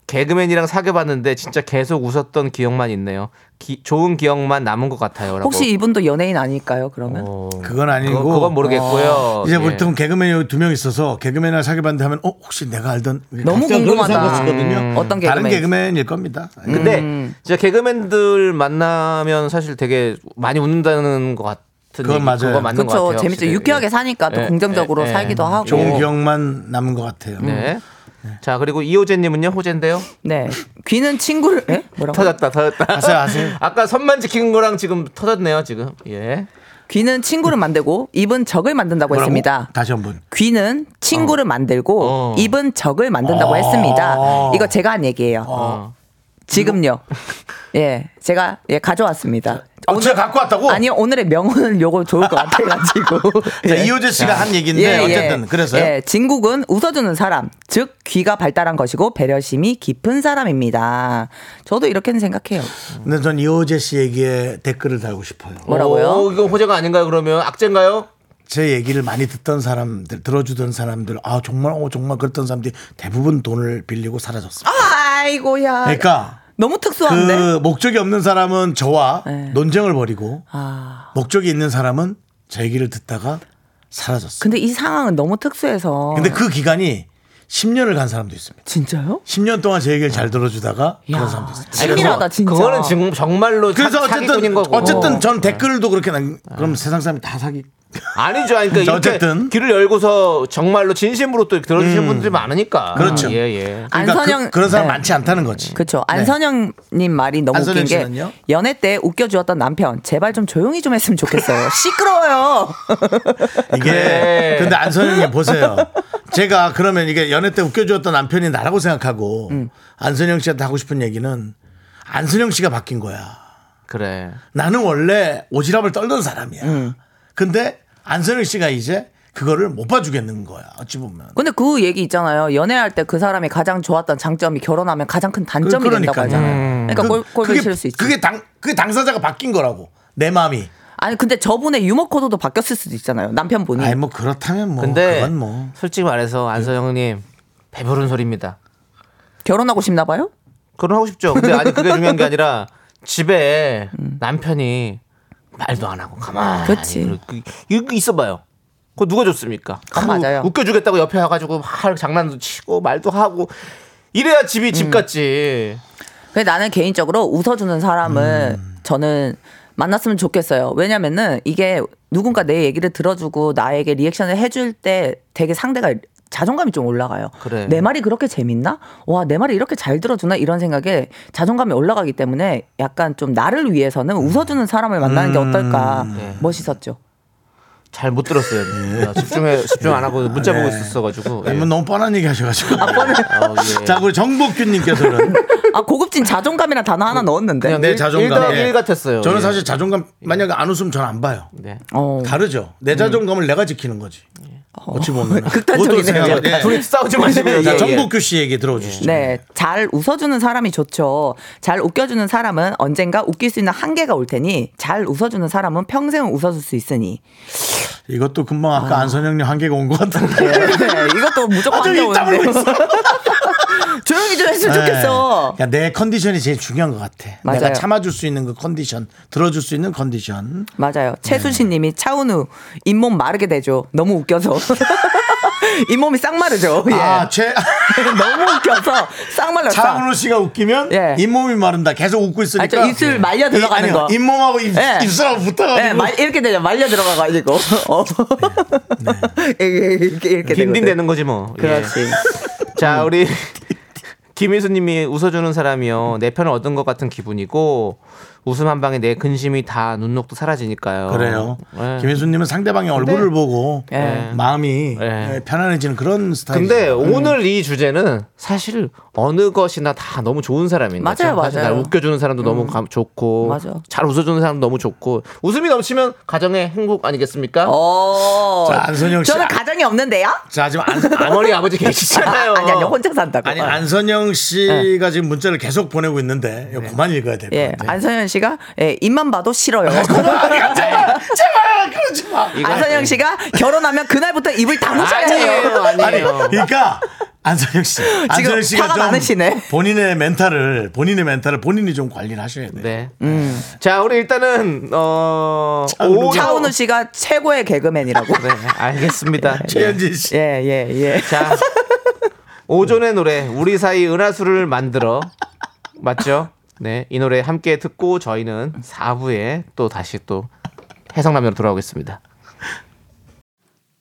S2: 개그맨이랑 사귀어봤는데 진짜 계속 웃었던 기억만 있네요. 기- 좋은 기억만 남은 것 같아요라고.
S8: 혹시 이분도 연예인 아닐까요? 그러면
S2: 어, 그거-
S1: 그건 아니고 어.
S2: 그건
S8: 어,
S2: 모르겠고요.
S1: 이제 뭐
S2: 예.
S1: 보통 개그맨이 두 명 있어서 개그맨을 사귀봤는데 하면 어 혹시 내가 알던
S8: 너무
S1: 각자 그런
S8: 궁금하다.
S1: 생각이거든요.
S8: 음.
S1: 다른
S8: 어떤 개그맨인지. 음.
S1: 개그맨일 겁니다.
S2: 근데 진짜 개그맨들 만나면 사실 되게 많이 웃는다는 것 같은
S1: 그건
S2: 얘기-
S1: 맞아요.
S2: 그거 맞는 것
S8: 그렇죠.
S2: 같아요.
S8: 재밌죠.
S2: 확실히.
S8: 유쾌하게 사니까 또
S2: 예,
S8: 긍정적으로
S2: 예, 예.
S8: 살기도 하고.
S1: 좋은 기억만 남은 것 같아요.
S2: 네. 자 그리고 이호재님은요 호재인데요.
S8: 네. 귀는 친구를 예? 뭐라고?
S2: 터졌다 터졌다.
S1: 아세요, 아세요?
S2: 아까 선만 지키는 거랑 지금 터졌네요 지금. 예.
S8: 귀는 친구를 만들고 입은 적을 만든다고
S1: 뭐라고?
S8: 했습니다.
S1: 다시 한 번.
S8: 귀는 친구를 만들고
S2: 어.
S8: 입은 적을
S1: 어.
S8: 만든다고 했습니다. 이거 제가 한 얘기예요.
S2: 어.
S8: 지금요. 예, 제가 예 가져왔습니다.
S1: 아, 제가 갖고 왔다고?
S8: 아니요 오늘의 명언은 요거 좋을 것 같아가지고.
S1: 자,
S8: 예.
S1: 이효재 씨가 한 얘기인데 어쨌든 그래서요.
S8: 예, 진국은 웃어주는 사람, 즉 귀가 발달한 것이고 배려심이 깊은 사람입니다. 저도 이렇게는 생각해요.
S1: 근데 전 이효재 씨 얘기에 댓글을 달고 싶어요.
S8: 뭐라고요?
S2: 오, 이건 호재가 아닌가요 그러면 악재인가요?
S1: 제 얘기를 많이 듣던 사람들, 들어주던 사람들, 아 정말 어 정말 그랬던 사람들이 대부분 돈을 빌리고 사라졌습니다.
S8: 아이고야.
S1: 그러니까
S8: 너무 특수한데.
S1: 그 목적이 없는 사람은 저와
S8: 예.
S1: 논쟁을 벌이고
S8: 아.
S1: 목적이 있는 사람은 제 얘기를 듣다가 사라졌어요.
S8: 근데 이 상황은 너무 특수해서.
S1: 근데 그 기간이 10년을 간 사람도 있습니다.
S8: 진짜요?
S1: 10년 동안 제 얘기를 잘 들어주다가 그런 사람도 있습니다.
S8: 치밀하다 진짜.
S2: 그거는 지금 정말로
S1: 그래서
S2: 사,
S1: 어쨌든
S2: 사기꾼인 거고. 네.
S1: 어쨌든 전 댓글도 그렇게 남 그럼 세상 사람이 다 사기
S2: 아니죠. 아니, 그러니까
S1: 어쨌든. 음.
S2: 이렇게 귀를 열고서 정말로 진심으로 또 들어주시는 분들이 많으니까.
S1: 그렇죠.
S2: 예, 예.
S1: 그러니까
S8: 안선영-
S1: 그, 런 사람
S8: 네.
S1: 많지 않다는 거지.
S8: 그렇죠.
S1: 네.
S8: 안선영님 말이 너무
S1: 안선영
S8: 웃긴 게
S1: 씨는요?
S8: 연애 때 웃겨주었던 남편 제발 좀 조용히 좀 했으면 좋겠어요. 시끄러워요.
S2: 네.
S1: 이게
S2: 그래.
S1: 근데 안선영님 보세요. 제가 그러면 이게 연애 때 웃겨주었던 남편이 나라고 생각하고
S2: 음.
S1: 안선영 씨한테 하고 싶은 얘기는 안선영 씨가 바뀐 거야.
S2: 그래.
S1: 나는 원래 오지랖을 떨던 사람이야. 근데 안선영 씨가 이제 그거를 못 봐주겠는 거야. 어찌 보면.
S8: 근데 그 얘기 있잖아요. 연애할 때 그 사람이 가장 좋았던 장점이 결혼하면 가장 큰 단점이 된다고
S1: 그러니까요.
S8: 하잖아요. 그러니까 꼴 꼴보기 싫을 수 있지.
S1: 그게 당 그게 당사자가 바뀐 거라고 내 마음이.
S8: 아니 근데 저분의 유머 코드도 바뀌었을 수도 있잖아요. 남편분이.
S1: 아니 뭐 그렇다면 뭐
S2: 근데
S1: 그건 뭐.
S2: 솔직히 말해서 안서영님 배부른 소리입니다.
S8: 결혼하고 싶나 봐요?
S2: 결혼하고 싶죠. 근데 음. 아니 그게 중요한 게 아니라 집에 남편이 말도 안 하고 가만히
S8: 그치.
S2: 그렇게 이렇게 있어봐요. 그거 누가 줬습니까?
S8: 그건 맞아요.
S2: 웃겨주겠다고 옆에 와가지고 막 장난도 치고 말도 하고 이래야 집이 집 같지.
S8: 근데 나는 개인적으로 웃어주는 사람을
S2: 음.
S8: 저는 만났으면 좋겠어요. 왜냐면은 이게 누군가 내 얘기를 들어주고 나에게 리액션을 해줄 때 되게 상대가 자존감이 좀 올라가요.
S2: 그래.
S8: 내 말이 그렇게 재밌나? 와, 내 말이 이렇게 잘 들어주나? 이런 생각에 자존감이 올라가기 때문에 약간 좀 나를 위해서는 웃어주는 사람을 만나는 게 어떨까.
S2: 음. 네.
S8: 멋있었죠.
S2: 잘 못 들었어요. 나 집중해 집중 안 하고 문자 보고 있었어가지고.
S1: 아니면 뭐 너무 뻔한 얘기 하셔가지고.
S2: 예. 아, 예.
S1: 자, 우리 정복균님께서는
S8: 아, 고급진 자존감이란 단어 하나 넣었는데.
S2: 그냥
S1: 내
S2: 일-
S1: 자존감.
S2: 일 더하기
S1: 예.
S2: 일 같았어요.
S1: 저는
S2: 예.
S1: 사실 자존감 만약에 안 웃으면 저는 안 봐요.
S2: 네.
S8: 어.
S1: 다르죠. 내 자존감을 내가 지키는 거지. 어찌 보면
S8: 극단적이네요.
S2: 예. 둘이 싸우지 마시고요.
S1: 자,
S2: 예, 예.
S1: 정복규 씨 얘기 들어주시죠.
S8: 네, 잘 웃어주는 사람이 좋죠. 잘 웃겨주는 사람은 언젠가 웃길 수 있는 한계가 올 테니 잘 웃어주는 사람은 평생 웃어줄 수 있으니.
S1: 이것도 금방 아까 안선영님 한계가 온 것
S8: 네,
S1: 같은데.
S8: 네, 이것도 무조건
S1: 아주 입 다물고
S8: 안겨오는데
S1: 있어.
S8: 조용히 좀 했으면 좋겠어.
S1: 네. 그러니까 내 컨디션이 제일 중요한 것 같아.
S8: 맞아요.
S1: 내가 참아줄 수 있는 그 컨디션, 들어줄 수 있는 컨디션.
S8: 맞아요.
S1: 네.
S8: 최순신님이 차은우 잇몸 마르게 되죠. 너무 웃겨서 잇몸이 싹 마르죠. 예.
S1: 아, 최
S8: 너무 웃겨서 싹 말랐어.
S1: 차은우 씨가 웃기면
S8: 예.
S1: 잇몸이 마른다. 계속 웃고 있으니까.
S8: 아, 저 입술 말려 들어가는
S1: 이- 아니요.
S8: 거.
S1: 잇몸하고 입,
S8: 예.
S1: 술하고
S8: 네,
S1: 붙어가지고.
S8: 말, 이렇게 되죠. 말려 들어가가지고. 어.
S1: 네.
S8: 이렇게, 이렇게, 이렇게
S2: 딘딘
S8: 되거든.
S2: 되는 거지 뭐. 예.
S8: 그렇지.
S2: 자 우리 김희수님이 웃어주는 사람이요 내 편을 얻은 것 같은 기분이고 웃음 한 방에 내 근심이 다 눈녹도 사라지니까요.
S1: 그래요.
S2: 예.
S1: 김혜수님은 상대방의 얼굴을 보고
S2: 예.
S1: 마음이
S2: 예.
S1: 예, 편안해지는 그런 스타일이죠.
S2: 근데 오늘 이 주제는 사실 어느 것이나 다 너무 좋은 사람인
S8: 맞아요,
S2: 거죠. 사실
S8: 맞아요. 음.
S2: 날 웃겨주는 사람도 너무 감- 좋고
S8: 맞아.
S2: 잘 웃어주는 사람도 너무 좋고 웃음이 넘치면 가정의 행복 아니겠습니까?
S8: 어.
S1: 자, 안선영 씨.
S8: 저는 가정이 없는데요?
S1: 자, 지금 안, 안,
S2: 어머니 아버지 계시잖아요.
S8: 아, 아니, 아니, 혼자 산다고. 어.
S1: 아니 안선영 씨가 지금 문자를 계속 보내고 있는데 이거 그만 읽어야 될 것
S8: 예,
S1: 같아요.
S8: 안선영 씨가, 예, 입만 봐도 싫어요.
S1: 아,
S8: 예.
S1: 제발 그러지 마.
S8: 안선영 씨가 결혼하면 그날부터 입을 다무셔야 해요.
S2: 아니에요, 아니에요.
S1: 그러니까 안선영 씨, 안선영 씨가
S8: 화가
S1: 좀
S8: 많으시네.
S1: 본인의 멘탈을 본인의 멘탈을 본인이 좀 관리를 하셔야 돼요.
S2: 네. 자, 우리 일단은 어
S1: 음. 차은우.
S2: 오후-
S8: 차은우 씨가 최고의 개그맨이라고.
S2: 네, 알겠습니다.
S1: 최현진 씨.
S8: 예, 예, 예.
S2: 자, 오존의 노래 우리 사이 은하수를 만들어 맞죠? 네, 이 노래 함께 듣고 저희는 4부에 또 다시 또 해성라면으로 돌아오겠습니다.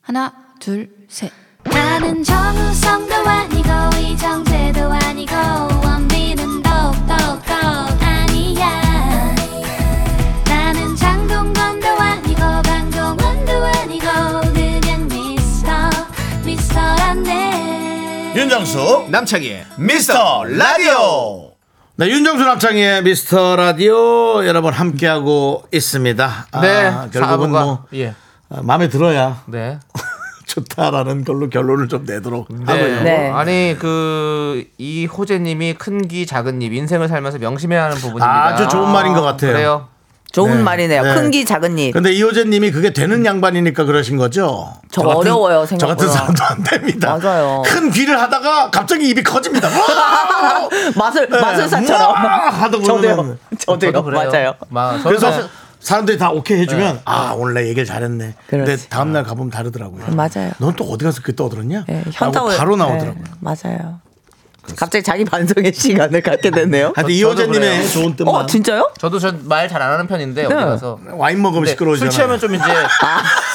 S4: 하나, 둘, 셋.
S5: 나는 정우성도 아니고 이정재도 아니고 원빈은 더욱더 아니야 나는 장동건도 아니고 강동원도 아니고 그냥 미스터 미스터란데
S1: 윤정수 남창희의 미스터 라디오 네, 윤정수 남창희의 미스터 라디오 여러분 함께하고 있습니다 아, 결국은
S2: 네, 사부가-
S1: 뭐
S2: 예.
S1: 아, 마음에 들어야
S2: 네.
S1: 좋다라는 걸로 결론을 좀 내도록 하고요
S2: 네.
S8: 네.
S2: 아니 그 이 호재님이 큰 귀 작은 입 인생을 살면서 명심해야 하는 부분입니다.
S1: 아주 좋은 말인 것 같아요.
S2: 그래요.
S8: 좋은
S1: 네,
S8: 말이네요.
S1: 네.
S8: 큰 기, 작은 입.
S1: 근데 이호재님이 그게 되는 양반이니까 그러신 거죠
S8: 저 어려워요,
S1: 저 같은
S8: 생각보다.
S1: 사람도 안 됩니다
S8: 맞아요.
S1: 큰 귀를 하다가 갑자기 입이 커집니다 와!
S8: 마술,
S1: 네,
S8: 마술사처럼.
S1: 와! 하다 보면
S8: 저도요. 저도요.
S2: 저도 그래요.
S8: 맞아요. 네.
S2: 마- 저는
S1: 그래서 사람들이 다 오케이 해주면 아 오늘 내 얘기를 잘했네. 근데
S8: 그렇지.
S1: 다음 날 가보면 다르더라고요.
S8: 맞아요.
S1: 넌 또 어디 가서 그게 떠들었냐?
S8: 예,
S1: 라고
S8: 현타올
S1: 바로 나오더라고요.
S8: 네, 맞아요. 갑자기 자기 반성의 시간을 갖게 됐네요.
S1: 하여튼 뭐
S2: 저- 저도
S1: 이호재님의
S2: 그래요.
S1: 좋은 뜻만
S8: 어, 진짜요?
S2: 저도 전 말 잘 안 하는 편인데 어디
S8: 네.
S2: 가서
S1: 와인 먹으면
S2: 근데 술
S1: 시끄러워지잖아요.
S2: 취하면 좀 이제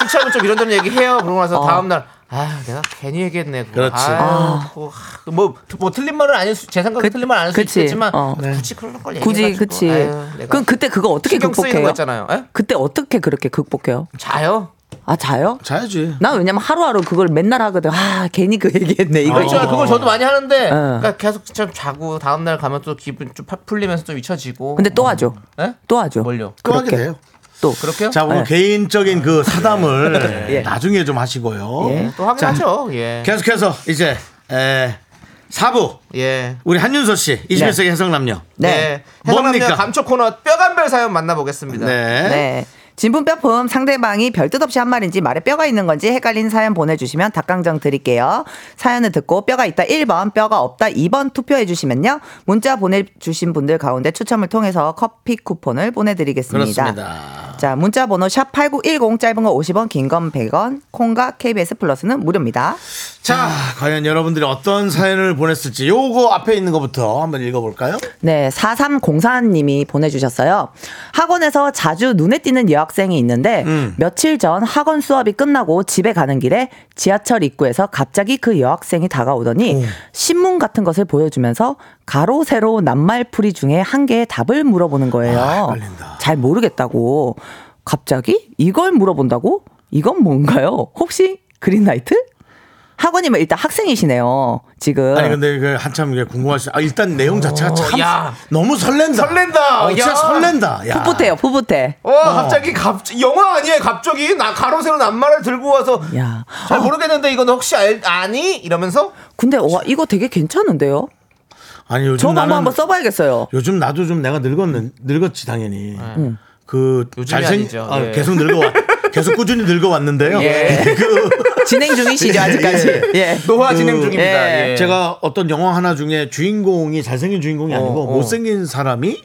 S2: 술 취하면 좀 이런저런 얘기 해요. 그러고 나서
S8: 어.
S2: 다음 날. 아, 내가 괜히 얘기했네. 그거.
S1: 그렇지.
S2: 아, 그거, 하, 뭐, 뭐 틀린 말은 아닐 수, 제 생각에
S8: 어. 그-
S2: 틀린 말은 아닐 수
S8: 그치.
S2: 있겠지만
S8: 어.
S1: 네.
S2: 굳이 그런 걸 얘기해.
S8: 굳이, 그치. 그럼 그때 그거 어떻게
S2: 신경 쓰이는
S8: 극복해요?
S2: 거 있잖아요. 예?
S8: 그때 어떻게 그렇게 극복해요?
S2: 자요.
S8: 아, 자요?
S1: 자야지.
S8: 난 왜냐면 하루하루 그걸 맨날 하거든. 아, 괜히 그 얘기했네. 이거.
S2: 그렇죠. 그걸 저도 많이 하는데,
S8: 예.
S2: 그러니까 계속 좀 자고 다음 날 가면 또 기분 좀 팍 풀리면서 좀 잊혀지고.
S8: 근데 또 하죠.
S2: 예?
S8: 또 하죠.
S2: 뭘요?
S1: 또 하게
S8: 그렇게.
S1: 돼요.
S8: 또.
S2: 그렇게요?
S1: 자 오늘
S8: 네.
S1: 개인적인 그 사담을
S8: 예.
S1: 나중에 좀 하시고요.
S8: 예.
S2: 또 하긴
S1: 자,
S2: 하죠.
S1: 네.
S2: 예.
S1: 계속해서 이제 에, 4부
S2: 예.
S1: 우리 한윤서 씨 21세기 해성남녀.
S8: 네.
S2: 해성남녀
S1: 뭡니까?
S2: 감초 코너 뼈간별 사연 만나보겠습니다.
S1: 네.
S8: 네. 진품뼈품 상대방이 별뜻 없이 한 말인지 말에 뼈가 있는 건지 헷갈린 사연 보내주시면 닭강정 드릴게요. 사연을 듣고 뼈가 있다 1번, 뼈가 없다 2번 투표해주시면요. 문자 보내주신 분들 가운데 추첨을 통해서 커피 쿠폰을 보내드리겠습니다.
S1: 그렇습니다.
S8: 자, 문자 번호 샵8910 짧은 거 50원, 긴 건 100원, 콩과 KBS 플러스는 무료입니다.
S1: 자, 과연 여러분들이 어떤 사연을 보냈을지 요거 앞에 있는 것부터 한번 읽어볼까요?
S8: 네, 4304님이 보내주셨어요. 학원에서 자주 눈에 띄는 여학생이 있는데,
S1: 음.
S8: 며칠 전 학원 수업이 끝나고 집에 가는 길에 지하철 입구에서 갑자기 그 여학생이 다가오더니, 신문 같은 것을 보여주면서 가로, 세로, 낱말풀이 중에 한 개의 답을 물어보는 거예요.
S1: 아, 헷갈린다.
S8: 잘 모르겠다고. 갑자기? 이걸 물어본다고? 이건 뭔가요? 혹시 그린라이트? 학원이면 뭐 일단 학생이시네요. 지금.
S1: 아니 근데 그 한참 이게 궁금하시. 아 일단 내용 자체가 참
S2: 야.
S1: 너무 설렌다.
S2: 설렌다.
S1: 어, 진짜
S2: 야.
S1: 설렌다. 야.
S8: 풋풋해요, 풋풋해.
S2: 어, 갑자기 갑 영화 아니에요 갑자기 나 가로세로 낱말을 들고 와서
S8: 야.
S2: 잘 모르겠는데 이건 혹시 알, 아니 이러면서
S8: 근데 와 이거 되게 괜찮은데요?
S1: 아니 요즘
S8: 저거
S1: 나는
S8: 한번 한번 써봐야겠어요.
S1: 요즘 나도 좀 내가 늙었는 늙었지 당연히.
S8: 네. 음.
S1: 그
S2: 요즘이
S1: 잘생
S2: 아니죠.
S1: 아,
S2: 예.
S1: 계속 늙어왔 계속 꾸준히 늙어왔는데요.
S2: 예.
S1: 그
S8: 진행 중이시죠 아직까지?
S1: 예.
S8: 예.
S2: 노화
S1: 그-
S2: 진행 중입니다.
S8: 예.
S2: 예.
S1: 제가 어떤 영화 하나 중에 주인공이 잘생긴 주인공이 아니고
S2: 어.
S1: 못생긴 사람이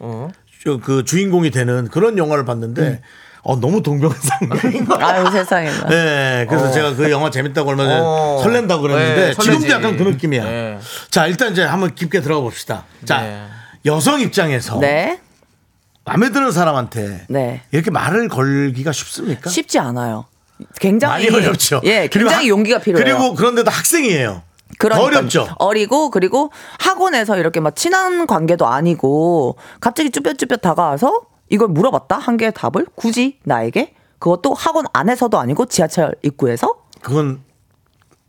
S1: 저- 그 주인공이 되는 그런 영화를 봤는데
S2: 음.
S1: 어, 너무 동병상련인 거.
S8: 아유 네. 세상에.
S1: 예, 그래서 제가 그 영화 재밌다고 얼마 전에
S2: 어.
S1: 설렌다고 그랬는데
S2: 예, 설레지.
S1: 지금도 약간 그 느낌이야.
S2: 예.
S1: 자, 일단 이제 한번 깊게 들어가 봅시다. 자,
S2: 네.
S1: 여성 입장에서
S8: 네,
S1: 마음에 드는 사람한테
S8: 네.
S1: 이렇게 말을 걸기가 쉽습니까?
S8: 쉽지 않아요. 굉장히
S1: 많이 어렵죠.
S8: 예,
S1: 그리고
S8: 굉장히
S1: 학-
S8: 용기가 필요해요.
S1: 그리고 그런데도 학생이에요.
S8: 그러니까요.
S1: 어렵죠.
S8: 어리고 그리고 학원에서 이렇게 막 친한 관계도 아니고 갑자기 쭈뼛쭈뼛 다가와서 이걸 물어봤다 한 개의 답을 굳이 나에게 그것도 학원 안에서도 아니고 지하철 입구에서
S1: 그건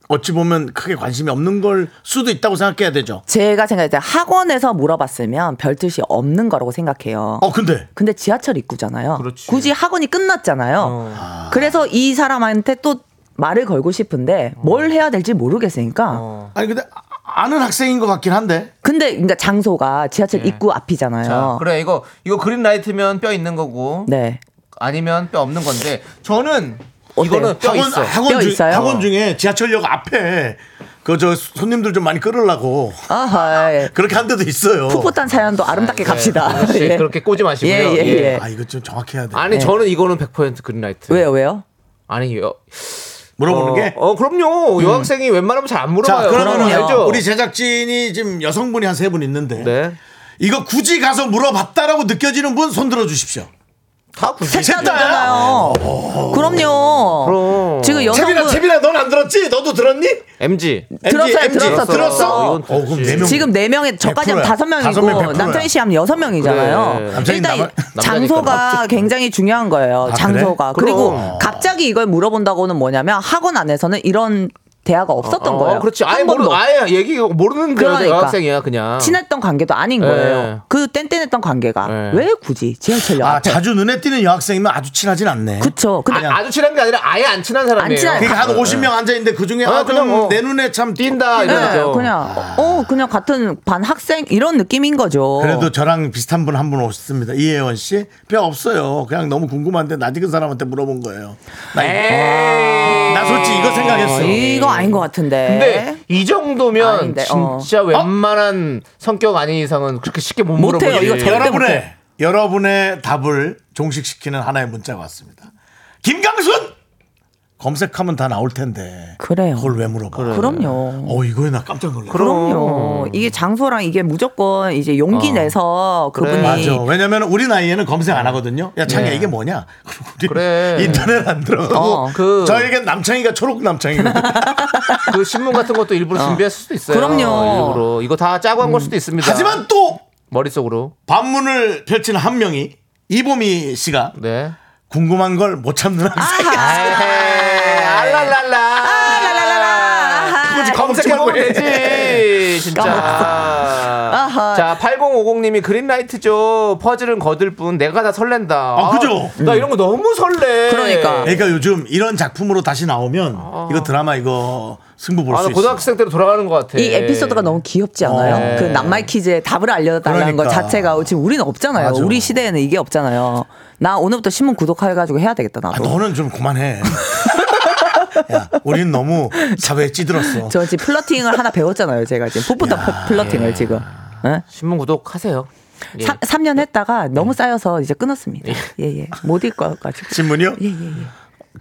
S1: 어찌 보면 크게 관심이 없는 걸 수도 있다고 생각해야 되죠.
S8: 제가 생각할 때 학원에서 물어봤으면 별 뜻이 없는 거라고 생각해요.
S1: 어, 근데
S8: 근데 지하철 입구잖아요.
S2: 그렇지. 어.
S8: 굳이 학원이 끝났잖아요.
S1: 아.
S8: 그래서 이 사람한테 또 말을 걸고
S2: 어.
S8: 싶은데 뭘 해야 될지 모르겠으니까.
S1: 아니 근데 아- 아는 학생인 것 같긴 한데
S8: 근데 그러니까 장소가 지하철 입구 앞이잖아요.
S2: 예.
S1: 어.
S2: 자, 그래 이거 이거 그린라이트면 뼈 있는 거고
S8: 네.
S2: 아니면 뼈 없는 건데 저는
S8: 어때요?
S2: 이거는 뼈
S1: 학원
S2: 있어.
S1: 학원
S8: 뼈
S1: 중
S8: 있어요?
S1: 학원 중에 지하철역 앞에 그 저 손님들 좀 많이 끌으려고
S8: 아하.
S2: 어.
S8: 예.
S1: 그렇게 한 데도 있어요.
S8: 풋풋한 사연도 아름답게
S2: 네,
S8: 갑시다.
S2: 그렇지.
S8: 예.
S2: 그렇게 꼬지 마시고요.
S8: 예, 예,
S2: 예.
S8: 예.
S1: 아 이거 좀 정확해야 돼.
S2: 아니 저는 이거는 100% 그린라이트.
S8: 왜요, 왜요?
S2: 아니 여,
S1: 물어보는
S2: 어,
S1: 게.
S2: 어 그럼요. 여학생이 웬만하면 잘 안 물어봐요.
S1: 자 그러면
S8: 그럼요.
S1: 알죠?
S2: 알죠.
S1: 우리 제작진이 지금 여성분이 한 세 분 있는데
S2: 네.
S1: 이거 굳이 가서 물어봤다라고 느껴지는 분 손 들어주십시오.
S2: 다 굳이
S8: 색다르잖아요. 그럼요.
S2: 그럼.
S8: 지금
S1: 채빈아
S8: 여성분
S1: 채빈아 넌 안 들었지? 너도 들었니?
S2: MG.
S8: 들었어요,
S1: MG,
S8: 들었어, 들었어.
S1: 들었어. 어, 그럼 네 명.
S8: 지금 네 명에 저까지
S1: 백프로야.
S8: 하면 다섯
S1: 다섯 명
S8: 명이고
S1: 백프로야.
S8: 남창희 씨 하면 여섯 명이잖아요.
S2: 그래.
S1: 남창희
S8: 일단
S1: 남-
S8: 장소가 굉장히 중요한 거예요.
S1: 아,
S8: 장소가
S1: 그래?
S8: 그리고
S1: 그럼.
S8: 갑자기 이걸 물어본다고는 뭐냐면 학원 안에서는 이런 대화가 없었던
S2: 어,
S8: 거예요.
S2: 그렇지. 아예
S8: 한
S2: 모르 어.
S8: 번도.
S2: 아예 얘기 모르는 그런
S8: 그러니까.
S2: 여학생이야 그냥.
S8: 친했던 관계도 아닌
S2: 예.
S8: 거예요. 그 땡땡했던 관계가
S2: 예.
S8: 왜 굳이 지하철역
S1: 아
S8: 앞에?
S1: 자주 눈에 띄는 여학생이면 아주 친하진 않네.
S8: 그쵸. 근데
S2: 아, 주 친한 게 아니라 아예 안 친한 사람이에요.
S8: 친한-
S1: 그러니까 한 50명 앉아 있는데 그
S8: 어,
S1: 중에
S2: 아,
S1: 아,
S2: 그냥
S1: 좀
S2: 뭐.
S1: 내 눈에 참
S2: 뛴다
S8: 네,
S2: 이러죠.
S8: 그냥 어 그냥 같은 반 학생 이런 느낌인 거죠.
S1: 아. 그래도 저랑 비슷한 분 한 분 오셨습니다. 이혜원 씨. 뼈 없어요. 그냥 너무 궁금한데 나직은 사람한테 물어본 거예요. 나, 이- 나 솔직히 이거 생각했어.
S8: 이거 아닌 것 같은데.
S2: 근데 이 정도면
S8: 아닌데, 어.
S2: 진짜 웬만한 성격 아닌 이상은 그렇게 쉽게 못
S8: 못해요.
S2: 물어보지.
S8: 이거 절대
S1: 여러분의 여러분의 답을 종식시키는 하나의 문자가 왔습니다. 김강순 검색하면 다 나올 텐데.
S8: 그래요.
S1: 그걸 왜 물어봐?
S8: 그럼요.
S1: 어 이거에 나 깜짝 놀랐어.
S8: 그럼요. 이게 장소랑 이게 무조건 이제 용기 내서 그분이
S2: 네.
S1: 맞아. 왜냐면 우리 나이에는 검색 안 하거든요. 야, 창이야, 이게 뭐냐? 그리고 우리
S2: 그래.
S1: 인터넷 안 들어가고.
S8: 어.
S2: 그-
S1: 저에겐 남창이가 초록 남창이거든요.
S2: 그 신문 같은 것도 일부러 준비했을 수도 있어요.
S8: 그럼요.
S2: 일부러 이거 다 짜고 한 걸 수도 있습니다.
S1: 하지만 또
S2: 머릿속으로
S1: 반문을 펼치는 한 명이 이보미 씨가
S2: 네.
S1: 궁금한 걸 못 참는 학생.
S2: 에헤이, 알랄랄라.
S8: 아하.
S2: 검색해보면 되지. 진짜.
S8: 아하. 아,
S2: 자, 8050님이 그린라이트죠. 퍼즐은 거들 뿐 내가 다 설렌다.
S1: 아, 그죠?
S2: 나 이런 거 너무 설레.
S8: 그러니까.
S1: 그러니까 요즘 이런 작품으로 다시 나오면 이거 드라마 이거 승부 볼
S2: 어. 아,
S1: 수
S2: 나
S1: 있어.
S2: 고등학생 때로 돌아가는 것 같아.
S8: 이 에피소드가 너무 귀엽지 않아요?
S2: 네.
S8: 그 낱말퀴즈의 답을 알려달라는
S1: 그러니까.
S8: 것 자체가 지금 우리는 없잖아요.
S1: 맞아.
S8: 우리 시대에는 이게 없잖아요. 나 오늘부터 신문 구독해가지고 해야 되겠다
S1: 아,
S8: 나도.
S1: 너는 좀 그만해. 야, 우린 너무 사회에 찌들었어.
S8: 저 지금 플러팅을 하나 배웠잖아요. 제가 지금 풋부터 퍼- 플러팅을 지금. 예?
S2: 신문 구독하세요. 예.
S8: 삼 3년 했다가 너무 쌓여서 이제 끊었습니다. 예예. 못 읽고 가지고.
S1: 신문이요?
S8: 예예. 예.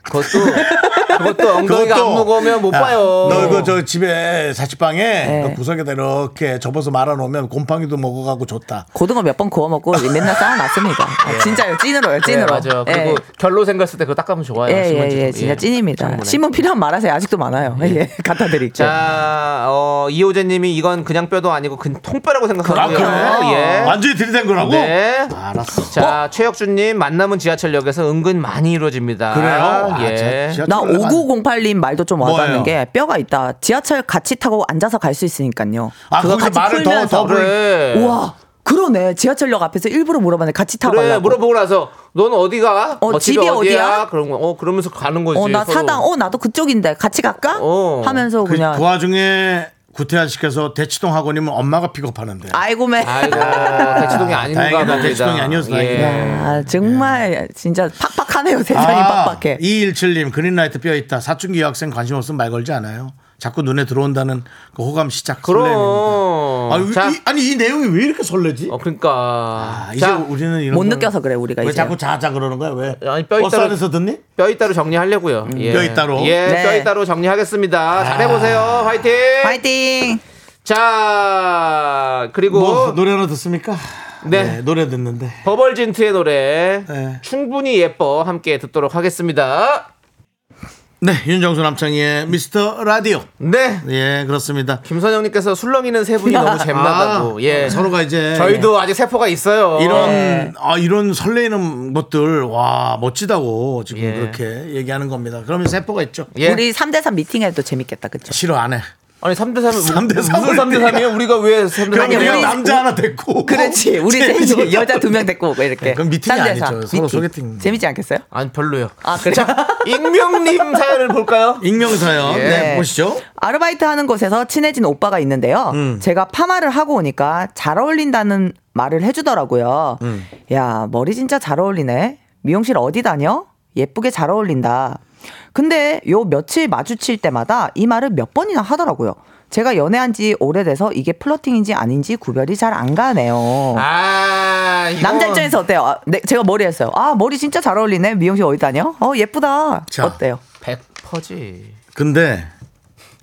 S2: 그것도 그것도 엉덩이가 안 무거우면 못
S1: 야,
S2: 봐요.
S1: 너 이거 저 집에 자취방에 그 구석에다 이렇게 접어서 말아 놓으면 곰팡이도 먹어가고 좋다.
S8: 고등어 몇 번 구워 먹고 맨날 쌓아놨습니다. 아, 진짜요. 찐으로요.
S2: 예,
S8: 찐으로.
S2: 맞아. 그리고
S8: 예.
S2: 결로 생겼을 때 그거 닦으면 좋아요.
S8: 예,
S2: 신문
S8: 예, 예,
S2: 제품.
S8: 진짜
S2: 예.
S8: 찐입니다.
S2: 충분해.
S8: 신문 필요한 말하세요. 아직도 많아요. 예, 갖다 드릴게요.
S2: 자, 어, 이호재님이 이건 그냥 뼈도 아니고 그 통뼈라고 생각하고요.
S1: 아, 그래요?
S2: 예.
S1: 네. 완전히 들이댄 거라고?
S2: 네.
S1: 알았어.
S2: 자, 최혁준님 만남은 지하철역에서 은근 많이 이루어집니다.
S1: 그래요? 아,
S2: 예.
S1: 자, 지하철
S8: 나
S1: 올라가-
S8: 5908님 말도 좀 와닿는
S1: 뭐예요?
S8: 게 뼈가 있다. 지하철 같이 타고 앉아서 갈 수 있으니까요.
S1: 아, 거기서 말을 더, 더 불.
S2: 그래.
S8: 우와, 그러네. 지하철역 앞에서 일부러 물어봤는데 같이 타고
S2: 그래
S8: 가려고.
S2: 물어보고 나서 넌 어디가?
S8: 어, 집이 어디야?
S2: 그런 거. 어 그러면서 가는 거지.
S8: 어, 나
S2: 서로.
S8: 사당. 어, 나도 그쪽인데 같이 갈까?
S2: 어.
S8: 하면서
S1: 그,
S8: 그냥
S1: 그 와중에 구태환 씨께서 대치동 학원이면 엄마가 픽업하는데.
S8: 아이고 매.
S2: 아이고 대치동이 아닌가
S1: 다행이다.
S2: 봅니다. 예.
S1: 대치동이 아니어서 다행이다.
S8: 야, 정말 진짜 팍팍하네요. 세상이
S1: 아,
S8: 팍팍해.
S1: 217님 그린라이트 뼈 있다. 사춘기 여학생 관심 없으면 말 걸지 않아요. 자꾸 눈에 들어온다는 그 호감 시작 설렘입니다.
S2: 그럼.
S1: 아니,
S2: 자,
S1: 이, 아니 이 내용이 왜 이렇게 설레지?
S2: 어 그러니까.
S1: 아, 이제
S2: 자,
S1: 우리는 이런
S8: 못
S1: 걸-
S8: 느껴서 그래 우리가
S1: 왜
S8: 이제.
S1: 자꾸 자자 그러는 거야? 왜?
S2: 아니, 뼈
S1: 버스
S2: 있다가-
S1: 안에서 듣니?
S2: 뼈 있다로 정리하려고요. 예.
S1: 뼈 있다로? 아.
S2: 예,
S8: 네.
S2: 뼈 있다로 정리하겠습니다. 잘해보세요. 화이팅!
S8: 파이팅.
S2: 자, 그리고
S1: 뭐 노래 하나 듣습니까?
S2: 네.
S1: 노래 듣는데.
S2: 버벌진트의 노래
S1: 네.
S2: 충분히 예뻐 함께 듣도록 하겠습니다.
S1: 네, 윤정수 남창희의 미스터 라디오.
S2: 네.
S1: 예, 그렇습니다.
S2: 김선영님께서 술렁이는 세 분이 너무 잼나다고.
S1: 아,
S2: 예.
S1: 서로가 이제
S2: 저희도 아직 세포가 있어요.
S1: 이런 아 이런 설레이는 것들 와 멋지다고 지금
S2: 예.
S1: 그렇게 얘기하는 겁니다. 그러면 세포가 있죠.
S2: 예.
S8: 우리 3대3 미팅해도 재밌겠다. 그쵸?
S1: 싫어 안 해.
S2: 아니 3대 3
S1: 3대
S2: 무슨 3대 3이에요? 우리가 왜 3대 3?
S1: 그럼
S8: 아니,
S1: 우리가
S8: 우리-
S1: 남자 하나 됐고.
S8: 그렇지. 우리
S1: 재밌어.
S8: 셋이 여자 두 명 데리고 오고 이렇게.
S1: 그건 미팅이
S8: 딴
S1: 아니죠.
S8: 데서.
S1: 서로 소개팅.
S8: 재밌지 않겠어요?
S2: 아니 별로요.
S8: 아, 그래요?
S2: 익명님 사연을 볼까요?
S1: 익명 사연.
S2: 예.
S1: 네, 보시죠.
S8: 아르바이트 하는 곳에서 친해진 오빠가 있는데요.
S1: 음.
S8: 제가 파마를 하고 오니까 잘 어울린다는 말을 해주더라고요.
S1: 음.
S8: 야, 머리 진짜 잘 어울리네. 미용실 어디 다녀? 예쁘게 잘 어울린다. 근데 요 며칠 마주칠 때마다 이 말을 몇 번이나 하더라고요. 제가 연애한 지 오래돼서 이게 플러팅인지 아닌지 구별이 잘 안 가네요.
S2: 아 이거-
S8: 남자 입장에서 어때요? 아, 네, 제가 머리 했어요. 아, 머리 진짜 잘 어울리네. 미용실 어디 다녀? 어, 예쁘다.
S1: 자.
S8: 어때요?
S2: 100%지.
S1: 근데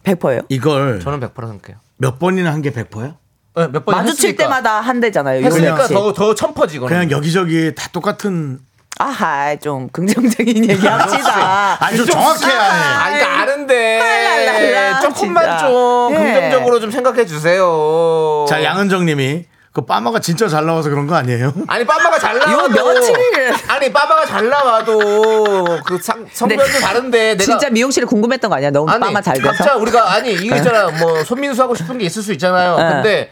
S8: 100%예요?
S1: 이걸
S2: 저는 100% 생각해요.
S1: 몇 번이나 한 게 100%야?
S2: 네, 몇 번이
S8: 마주칠
S2: 했으니까.
S8: 때마다 한대잖아요.
S2: 했으니까
S8: 요즘에.
S2: 더더 천퍼지 이거는.
S1: 그냥 여기저기 다 똑같은
S8: 아하, 좀 긍정적인 얘기
S2: 아,
S8: 합시다.
S1: 아주 정확해야 해.
S2: 아니 그러니까 아는데
S8: 랄랄랄라,
S2: 조금만
S8: 진짜.
S2: 좀
S8: 예.
S2: 긍정적으로 좀 생각해 주세요.
S1: 자, 양은정 님이 그 빠마가 진짜 잘 나와서 그런 거 아니에요?
S2: 아니 빠마가 잘 나와도
S8: 요 며칠.
S2: 아니 빠마가 잘 나와도 그 상- 성별도
S8: 근데
S2: 다른데 내가
S8: 진짜 미용실에 궁금했던 거 아니야? 너무
S2: 아니,
S8: 빠마 잘
S2: 각자
S8: 돼서. 예.
S2: 우리가 아니 이거 있잖아 뭐 손민수 하고 싶은 게 있을 수 있잖아요. 근데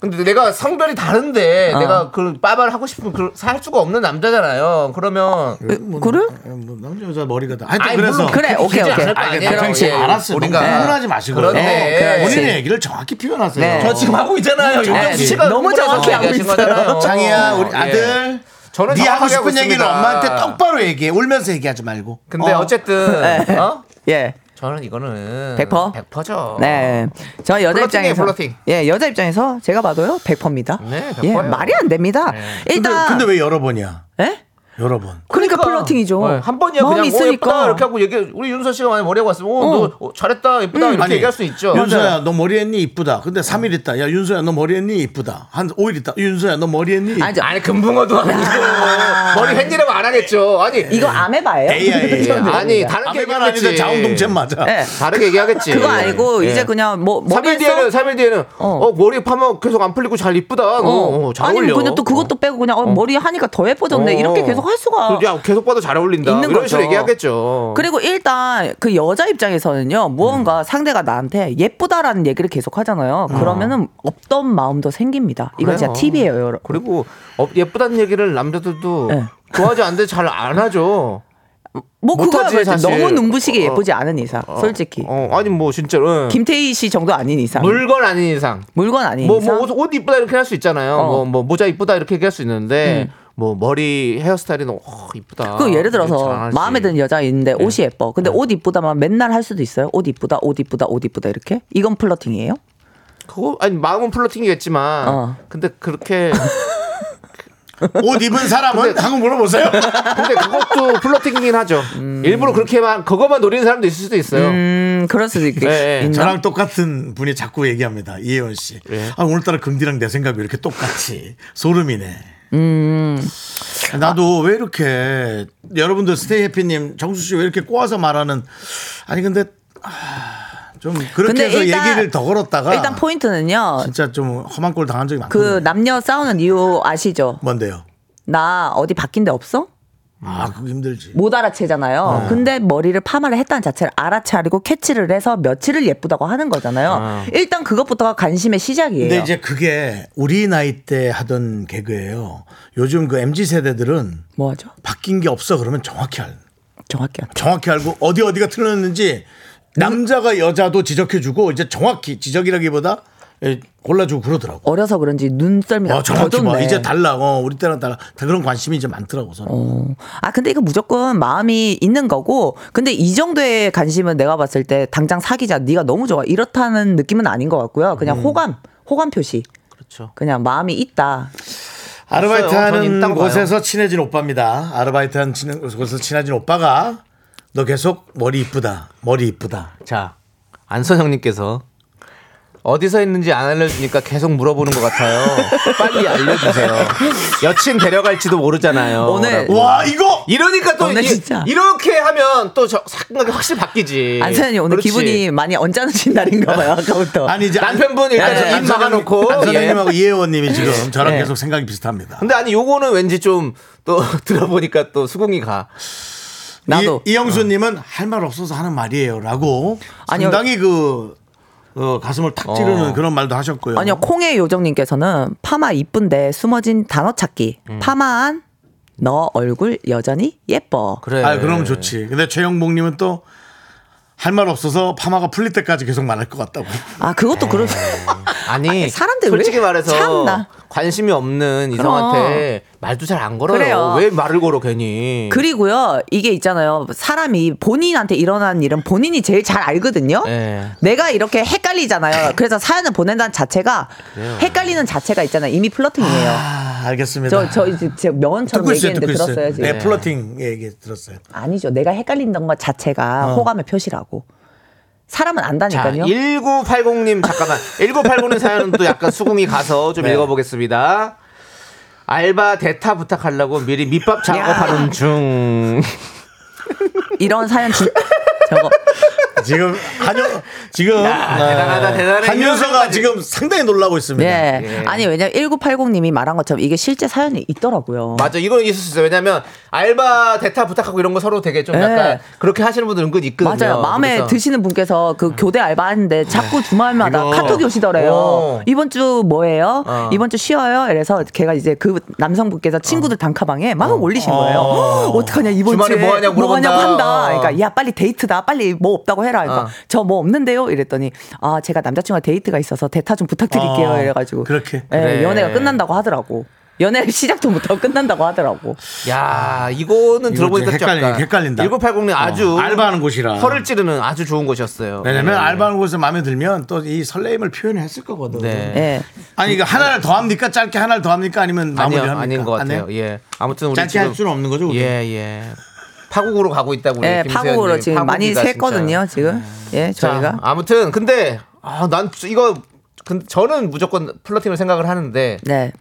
S2: 근데 내가 성별이 다른데
S8: 어.
S2: 내가 그 빠바를 하고 싶은 그살 수가 없는 남자잖아요. 그러면
S8: 그래?
S1: 예, 뭐 남자 여자 머리가 다. 하여튼
S2: 아니,
S1: 그래서
S2: 물론
S8: 그래,
S2: 그렇게
S8: 오케이,
S2: 길지
S8: 오케이.
S2: 않을 거 아니에요.
S1: 알겠지.
S2: 예,
S1: 알았어요. 우리가
S2: 우리가
S1: 흥분하지 마시고요. 예,
S2: 그런데
S8: 어,
S1: 본인의 얘기를 정확히 표현하세요.
S8: 네.
S2: 저 지금 하고 있잖아요.
S8: 네,
S2: 윤정수 씨가
S8: 너무
S2: 흥분해서
S8: 정확히 하고
S2: 얘기하신
S8: 있어요.
S2: 거잖아요.
S1: 장이야 우리
S2: 예.
S1: 아들
S2: 저는
S1: 네 하고
S2: 정확하게 하고
S1: 싶은 얘기를
S2: 있습니다.
S1: 엄마한테 똑바로 얘기해 울면서 얘기하지 말고
S2: 근데
S1: 어.
S2: 어. 쨌든 어?
S8: 예.
S2: 저는 이거는
S8: 100%?
S2: 100%죠.
S8: 네. 저 여자
S2: 어. 플러팅이에요,
S8: 입장에서
S2: 플러팅.
S8: 예, 여자 입장에서 제가 봐도요. 100%입니다.
S2: 네,
S8: 예,
S2: 100%예요. 네.
S8: 말이 안 됩니다.
S1: 근데,
S8: 일단
S1: 근데 왜 여러 번이야
S8: 예?
S1: 여러 번
S8: 그러니까, 플러팅이죠.
S2: 네, 한 번이야
S8: 마음이
S2: 그냥 있으니까.
S8: 있으니까.
S2: 이렇게 하고 얘기 우리 윤서 씨가 만약 머리하고 왔으면 어,
S8: 어.
S2: 너 어, 잘했다 예쁘다 이렇게 얘기할 수 있죠.
S1: 윤서야 너 머리 했니 이쁘다 근데 3일 있다 야 윤서야 너 머리 했니 이쁘다 한 5일 있다 윤서야 너 머리 했니
S8: 아니, 저-
S2: 아니 금붕어도 아니고 머리 횡이라고 안 하겠죠. 아니
S8: 네. 이거 아메바예요?
S1: AI.
S2: 예, 아니 다른
S1: 아메바는 아닌데
S2: 게 얘기하겠지. 네,
S1: 자웅동체 맞아
S8: 예.
S2: 다르게 얘기하겠지.
S8: 그거 아니고
S2: 예.
S8: 이제 그냥 뭐
S2: 3일 뒤에는
S8: 머리에서
S2: 3일 뒤에는 어.
S8: 어.
S2: 머리 파마 계속 안 풀리고 잘 이쁘다. 어. 어, 잘
S8: 아니
S2: 어울려.
S8: 그냥 또 그것도 빼고 그냥 어, 머리 하니까 더 예뻐졌네
S2: 어.
S8: 이렇게 계속 어떻게 할 수가
S2: 야, 계속 봐도 잘 어울린다.
S8: 있는
S2: 이런
S8: 거죠.
S2: 식으로 얘기하겠죠.
S8: 그리고 일단 그 여자 입장에서는요 무언가
S2: 음.
S8: 상대가 나한테 예쁘다라는 얘기를 계속 하잖아요 그러면은 없던 마음도 생깁니다 이건 진짜
S2: 그래요.
S8: 팁이에요 여러분
S2: 그리고 어, 예쁘다는 얘기를 남자들도
S8: 네.
S2: 좋아하지 않는데 잘 안 하죠.
S8: 뭐 그거야
S2: 못하지, 사실.
S8: 너무 눈부시게
S2: 어, 어.
S8: 예쁘지 않은 이상 솔직히
S2: 어, 아니 뭐 진짜로 응.
S8: 김태희 씨 정도 아닌 이상
S2: 물건 아닌 이상.
S8: 물건 아닌
S2: 뭐,
S8: 이상
S2: 뭐, 옷, 옷 이쁘다 이렇게 할 수 있잖아요.
S8: 어. 음.
S2: 뭐, 뭐, 모자 이쁘다 이렇게 얘기할 수 있는데, 뭐, 머리 헤어스타일이 너무, 어, 이쁘다.
S8: 그 예를
S2: 이거 잘
S8: 들어서
S2: 하지.
S8: 마음에 드는 여자 있는데 옷이 예뻐. 근데 옷 이쁘다만 맨날 할 수도 있어요. 옷 이쁘다, 옷 이쁘다, 옷 이쁘다 이렇게. 이건 플러팅이에요?
S2: 그거, 아니, 마음은 플러팅이겠지만,
S8: 어.
S2: 근데 그렇게,
S1: 옷 입은 사람은 한번 물어보세요.
S2: 근데 그것도 플러팅이긴 하죠. 일부러 그렇게만, 그것만 노리는 사람도 있을 수도 있어요.
S8: 음 그럴 수도 있겠.
S2: 네, 네.
S8: 있나?
S1: 저랑 똑같은 분이 자꾸 얘기합니다. 이혜원 씨.
S2: 예.
S1: 아, 오늘따라 금디랑 내 생각이 왜 이렇게 똑같이 소름이네.
S8: 음.
S1: 나도 왜 이렇게 여러분들 스테이 해피님 정수 씨 왜 이렇게 꼬아서 말하는 아니 근데 아, 좀 그렇게
S8: 근데
S1: 해서
S8: 일단-
S1: 얘기를 더 걸었다가
S8: 일단 포인트는요.
S1: 진짜 좀 험한 꼴 당한 적이 많거든요.
S8: 그 남녀 싸우는 이유 아시죠?
S1: 뭔데요?
S8: 나 어디 바뀐 데 없어?
S1: 아 그거 힘들지.
S8: 못 알아채잖아요. 근데 머리를 파마를 했다는 자체를 알아차리고 캐치를 해서 며칠을 예쁘다고 하는 거잖아요. 일단 그것부터가 관심의 시작이에요.
S1: 근데 이제 그게 우리 나이 때 하던 개그예요. 요즘 그 mz 세대들은
S8: 뭐 하죠?
S1: 바뀐 게 없어 그러면 정확히 알.
S8: 정확히 안.
S1: 정확히 알고 어디 어디가 틀렸는지 남자가 여자도 지적해주고 이제 정확히 지적이라기보다 예, 골라주고 그러더라고.
S8: 어려서 그런지 눈썰미
S1: 어,
S8: 가
S1: 정확히 뭐
S8: 걷었네.
S1: 이제 달라. 어, 우리 때랑 달라. 다 그런 관심이 이제 많더라고. 저는.
S8: 어. 아 근데 이거 무조건 마음이 있는 거고 근데 이 정도의 관심은 내가 봤을 때 당장 사귀자 네가 너무 좋아 이렇다는 느낌은 아닌 것 같고요 그냥 호감 호감 표시
S2: 음. 그렇죠.
S8: 그냥 마음이 있다
S1: 아르바이트하는
S2: 저는 있다고 봐요.
S1: 곳에서 친해진 오빠입니다. 아르바이트하는 친해- 곳에서 친해진 오빠가 너 계속 머리 이쁘다. 머리 이쁘다.
S2: 자, 안선영님께서 어디서 있는지 안 알려주니까 계속 물어보는 것 같아요. 빨리 알려주세요. 여친 데려갈지도 모르잖아요.
S8: 오늘
S2: 라고.
S1: 와 이거
S2: 이러니까 또
S8: 오늘
S2: 이,
S8: 진짜.
S2: 렇게 하면 또저 생각이 확실히 바뀌지.
S8: 안선현이 오늘
S2: 예. 그렇지.
S8: 기분이 많이 언짢으신 날인가 봐요 아까부터
S1: 아니 이제
S2: 남편분 일단
S1: 안-
S2: 저입
S1: 안-
S2: 막아놓고, 예.
S1: 안 선생님하고 이혜원님이 지금 저랑
S8: 네.
S1: 계속 생각이 비슷합니다.
S2: 근데 아니 요거는 왠지 좀 또 들어보니까 또 수긍이 가.
S8: 나도.
S1: 이, 영수님은 할 말 없어서 하는 말이에요라고
S8: 아니요.
S1: 상당히 그 어, 가슴을 탁 찌르는
S2: 어.
S1: 그런 말도 하셨고요.
S8: 아니요 콩의 요정님께서는 파마 이쁜데 숨어진 단어 찾기
S2: 음.
S8: 파마한 너 얼굴 여전히 예뻐
S2: 그래.
S1: 아, 그럼 좋지. 근데 최영복님은 또 할 말 없어서 파마가 풀릴 때까지 계속 말할 것 같다고.
S8: 아 그것도 그럴 수
S2: 네. 아니,
S8: 아니, 사람들
S2: 솔직히
S8: 왜
S2: 말해서
S8: 참나.
S2: 관심이 없는 이성한테 말도 잘 안 걸어요.
S8: 그래요.
S2: 왜 말을 걸어 괜히?
S8: 그리고요, 이게 있잖아요. 사람이 본인한테 일어난 일은 본인이 제일 잘 알거든요.
S2: 예.
S8: 내가 이렇게 헷갈리잖아요. 그래서 사연을 보낸다는 자체가 헷갈리는 자체가 있잖아요. 이미 플러팅이에요.
S1: 아, 알겠습니다.
S8: 저, 저 이제 제 명언처럼
S1: 듣고 있어요,
S8: 얘기했는데
S1: 듣고
S8: 들었어요,
S1: 있어요.
S8: 지금.
S1: 네, 플러팅 얘기 들었어요.
S8: 아니죠. 내가 헷갈린다는 것 자체가 호감의 표시라고. 사람은
S2: 자,
S8: 안다니까요.
S2: 1980님 잠깐만. 1980님 사연은 또 약간 수긍이 가서 좀
S1: 네.
S2: 읽어보겠습니다. 알바 대타 부탁하려고 미리 밑밥 작업하는 중.
S8: 이런 사연 진 저거.
S1: 지금 한윤 지금 어,
S2: 대단하다, 대단해.
S1: 한윤서가 지금 상당히 놀라고 있습니다.
S8: 네. 아니, 왜냐면 1980님이 말한 것처럼 이게 실제 사연이 있더라고요.
S2: 맞아, 이건 있을 수 있어요. 왜냐면 알바 대타 부탁하고 이런 거 서로 되게 좀
S8: 네.
S2: 약간 그렇게 하시는 분들 은근 있거든요.
S8: 맞아요. 마음에
S2: 그래서 음. 네.
S8: 드시는 분께서 그 교대 알바하는데 자꾸 주말마다
S2: 이거.
S8: 카톡이 오시더래요.
S2: 어.
S8: 이번 주 뭐예요?
S2: 어.
S8: 이번 주 쉬어요? 이래서 걔가 이제 그 남성분께서 친구들 단카방에 막 올리신 거예요.
S2: 어.
S8: 어. 떡하냐 이번
S2: 주말에
S8: 주에
S2: 뭐 하냐고
S8: 뭐 하냐고
S2: 물어본다.
S8: 한다.
S2: 어.
S8: 그러니까 야 빨리 데이트다. 빨리 뭐 없다고 해라. 그러니까
S2: 어.
S8: 저 뭐 없는데요. 이랬더니 아 제가 남자친구와 데이트가 있어서 대타 좀 부탁드릴게요.
S1: 어,
S8: 이래가지고
S1: 그렇게?
S8: 예,
S2: 그래.
S8: 연애가 끝난다고 하더라고. 연애 시작도 못하고 끝난다고 하더라고.
S2: 야, 이거는 들어보니까
S1: 좀 헷갈리-
S2: 약간
S1: 헷갈린다.
S2: 1980님 아주
S1: 어, 알바하는 곳이라.
S2: 허를 찌르는 아주 좋은 곳이었어요.
S1: 왜냐면
S2: 네.
S1: 알바하는 곳에서 마음에 들면 또 이 설레임을 표현했을 거거든.
S2: 네.
S8: 예.
S1: 아니 이거 하나를 더 합니까? 짧게 하나를 더 합니까? 아니면
S2: 아니요,
S1: 마무리합니까?
S2: 아닌 것
S1: 안 해요?
S2: 같아요. 예. 아무튼 우리
S1: 짧게
S2: 지금
S1: 할 수는 없는 거죠, 우리?
S2: 예, 예. 파국으로 가고 있다고. 우리
S8: 예,
S2: 김세현님.
S8: 파국으로 지금 많이
S2: 파국이다, 진짜. 네.
S8: 샜거든요, 지금. 예,
S2: 자,
S8: 저희가.
S2: 아무튼 근데 아, 난 이거 근 저는 무조건 플러팅을 생각을 하는데
S8: 네.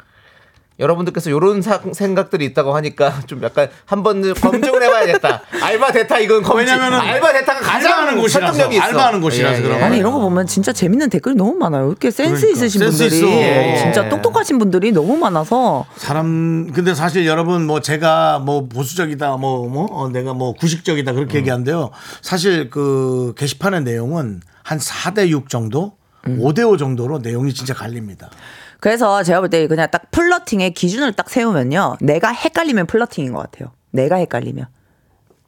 S2: 여러분들께서 이런 생각들이 있다고 하니까 좀 약간 한 번 검증을 해봐야겠다. 알바 대타 이건 검증.
S1: 왜냐면은
S2: 알바 대타가 가장
S1: 알바하는 곳이라서,
S2: 설득력이 있어. 예,
S1: 알바하는 곳이라서 그런
S8: 아니 이런 거 보면 진짜 재밌는 댓글이 너무 많아요. 이렇게 센스
S1: 그러니까.
S8: 있으신
S1: 센스
S8: 분들이
S1: 있어. 예,
S2: 예.
S8: 진짜 똑똑하신 분들이 너무 많아서
S1: 사람 근데 사실 여러분 뭐 제가 뭐 보수적이다 뭐 뭐 내가 뭐 구식적이다
S2: 음.
S1: 그렇게 얘기한데요. 사실 그 게시판의 내용은 한 4대 6 정도,
S2: 음.
S1: 5대 5 정도로 내용이 진짜 갈립니다.
S8: 그래서 제가 볼 때 그냥 딱 플러팅의 기준을 딱 세우면요. 내가 헷갈리면 플러팅인 것 같아요. 내가 헷갈리면.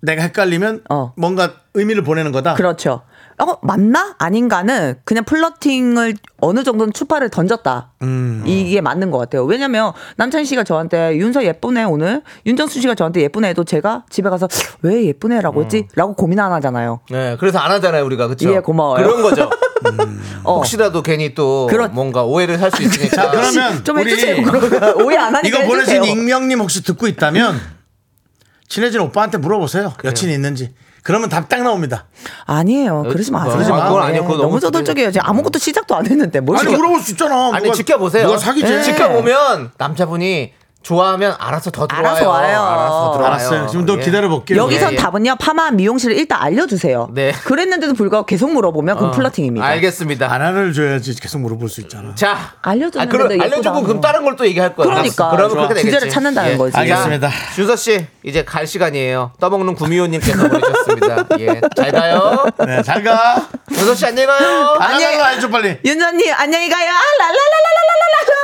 S1: 내가 헷갈리면
S8: 어.
S1: 뭔가 의미를 보내는 거다.
S8: 그렇죠. 어, 맞나? 아닌가는 그냥 플러팅을 어느 정도는 추파를 던졌다.
S1: 음.
S8: 이게 맞는 것 같아요. 왜냐면 남찬 씨가 저한테 윤서 예쁘네 오늘. 윤정수 씨가 저한테 예쁘네 해도 제가 집에 가서 왜 예쁘네라고
S1: 음.
S8: 했지? 라고 고민 안 하잖아요.
S2: 네, 그래서 안 하잖아요 우리가 그렇죠.
S8: 예, 고마워요.
S2: 그런 거죠.
S8: 어.
S2: 혹시라도 괜히 또
S8: 그런-
S2: 뭔가 오해를 살 수 있으니까.
S1: 자, 그러면
S8: 좀
S1: 우리
S8: 해주세요. 그러면. 오해 안 하니까
S1: 이거 보내신
S8: 해주세요.
S1: 익명님 혹시 듣고 있다면 친해진 오빠한테 물어보세요. 여친 있는지. 그러면 답 딱 나옵니다.
S8: 아니에요. 어, 그러지 마세요. 네,
S2: 그러지 마. 그건 아니에요. 그거
S8: 너무,
S2: 너무
S8: 저돌적이에요. 지금 아무것도 시작도 안 했는데 뭘
S1: 아니
S8: 시켜-
S1: 물어볼 수 있잖아.
S2: 뭐- 아니
S1: 누가-
S2: 지켜보세요.
S1: 누가 사귀지?
S2: 예. 지켜보면 남자분이 좋아하면 알아서 더 들어와요.
S8: 알아서 와요.
S2: 알아서 들어와요.
S1: 알았어요. 지금 너
S2: 예.
S1: 기다려볼게요.
S8: 여기선
S2: 예, 예.
S8: 답은요. 네. 파마 미용실을 일단 알려주세요.
S2: 네.
S8: 그랬는데도 불구하고 계속 물어보면 그건
S2: 어,
S8: 플러팅입니다.
S2: 알겠습니다.
S1: 하나를 줘야지 계속 물어볼 수 있잖아.
S2: 자,
S8: 알려줬는데
S2: 그럼
S8: 예쁘다
S2: 알려주고
S8: 하면.
S2: 그럼 다른 걸 또 얘기할 거야.
S8: 그러니까.
S2: 그러면
S8: 좋아.
S2: 그렇게 되겠지. 예.
S8: 주제를 찾는다는 거지.
S1: 알겠습니다.
S2: 준서 씨 이제 갈 시간이에요. 떠먹는 구미호님께서 보내셨습니다. 예, 잘 가요.
S1: 네, 아, 잘 가.
S2: 준서 씨 안녕히 가요.
S1: 안녕히 가. 해줘 빨리.
S8: 윤전님 안녕히 가요. 아,
S1: 자,
S8: 랄랄랄랄랄라.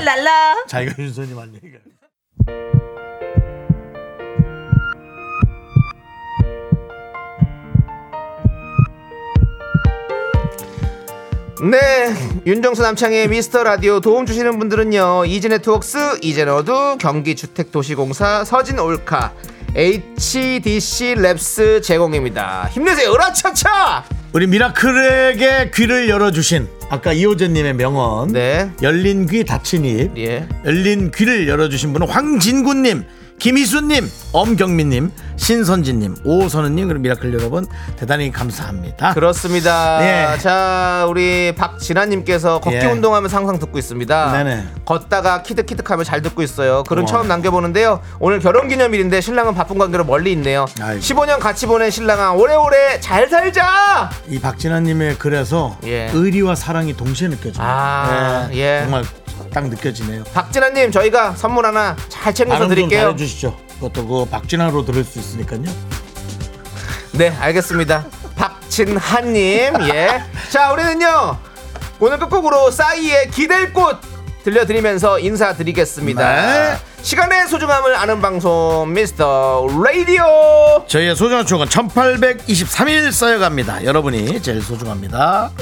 S8: 알랄랄라.
S1: 자기가 윤선님 안녕히 가.
S2: 네, 윤정수 남창의 미스터 라디오 도움 주시는 분들은요. 이지네트웍스, 이젠어두, 경기주택도시공사, 서진올카, HDC 랩스 제공입니다. 힘내세요. 으라차차.
S1: 우리 미라클에게 귀를 열어주신 아까 이호재님의 명언.
S2: 네.
S1: 열린 귀 닫힌 입.
S2: 예.
S1: 열린 귀를 열어주신 분은 황진구님, 김희수님, 엄경민님, 신선진님, 오선우님 그리고 미라클 여러분 대단히 감사합니다.
S2: 그렇습니다.
S1: 네.
S2: 자, 우리 박진아님께서 걷기
S1: 예.
S2: 운동하면서 항상 듣고 있습니다.
S1: 네네.
S2: 걷다가 키득키득하며 잘 듣고 있어요. 글은 처음 남겨보는데요. 오늘 결혼기념일인데 신랑은 바쁜 관계로 멀리 있네요.
S1: 아이고.
S2: 15년 같이 보낸 신랑아 오래오래 잘 살자.
S1: 이 박진아님의 글에서
S2: 예.
S1: 의리와 사랑이 동시에 느껴져요. 네,
S2: 아, 예.
S1: 정말 딱 느껴지네요.
S2: 박진아님 저희가 선물 하나 잘 챙겨서
S1: 발음 좀
S2: 드릴게요.
S1: 잘해주시죠. 그것도 그 박진아로 들을 수 있으니까요.
S2: 네, 알겠습니다. 박진하님, 예. 자, 우리는요, 오늘 끝곡으로 싸이의 기댈 꽃 들려드리면서 인사드리겠습니다.
S1: 네.
S2: 시간의 소중함을 아는 방송, 미스터 라디오!
S1: 저희의 소중한 추억은 1823일 쌓여갑니다. 여러분이 제일 소중합니다.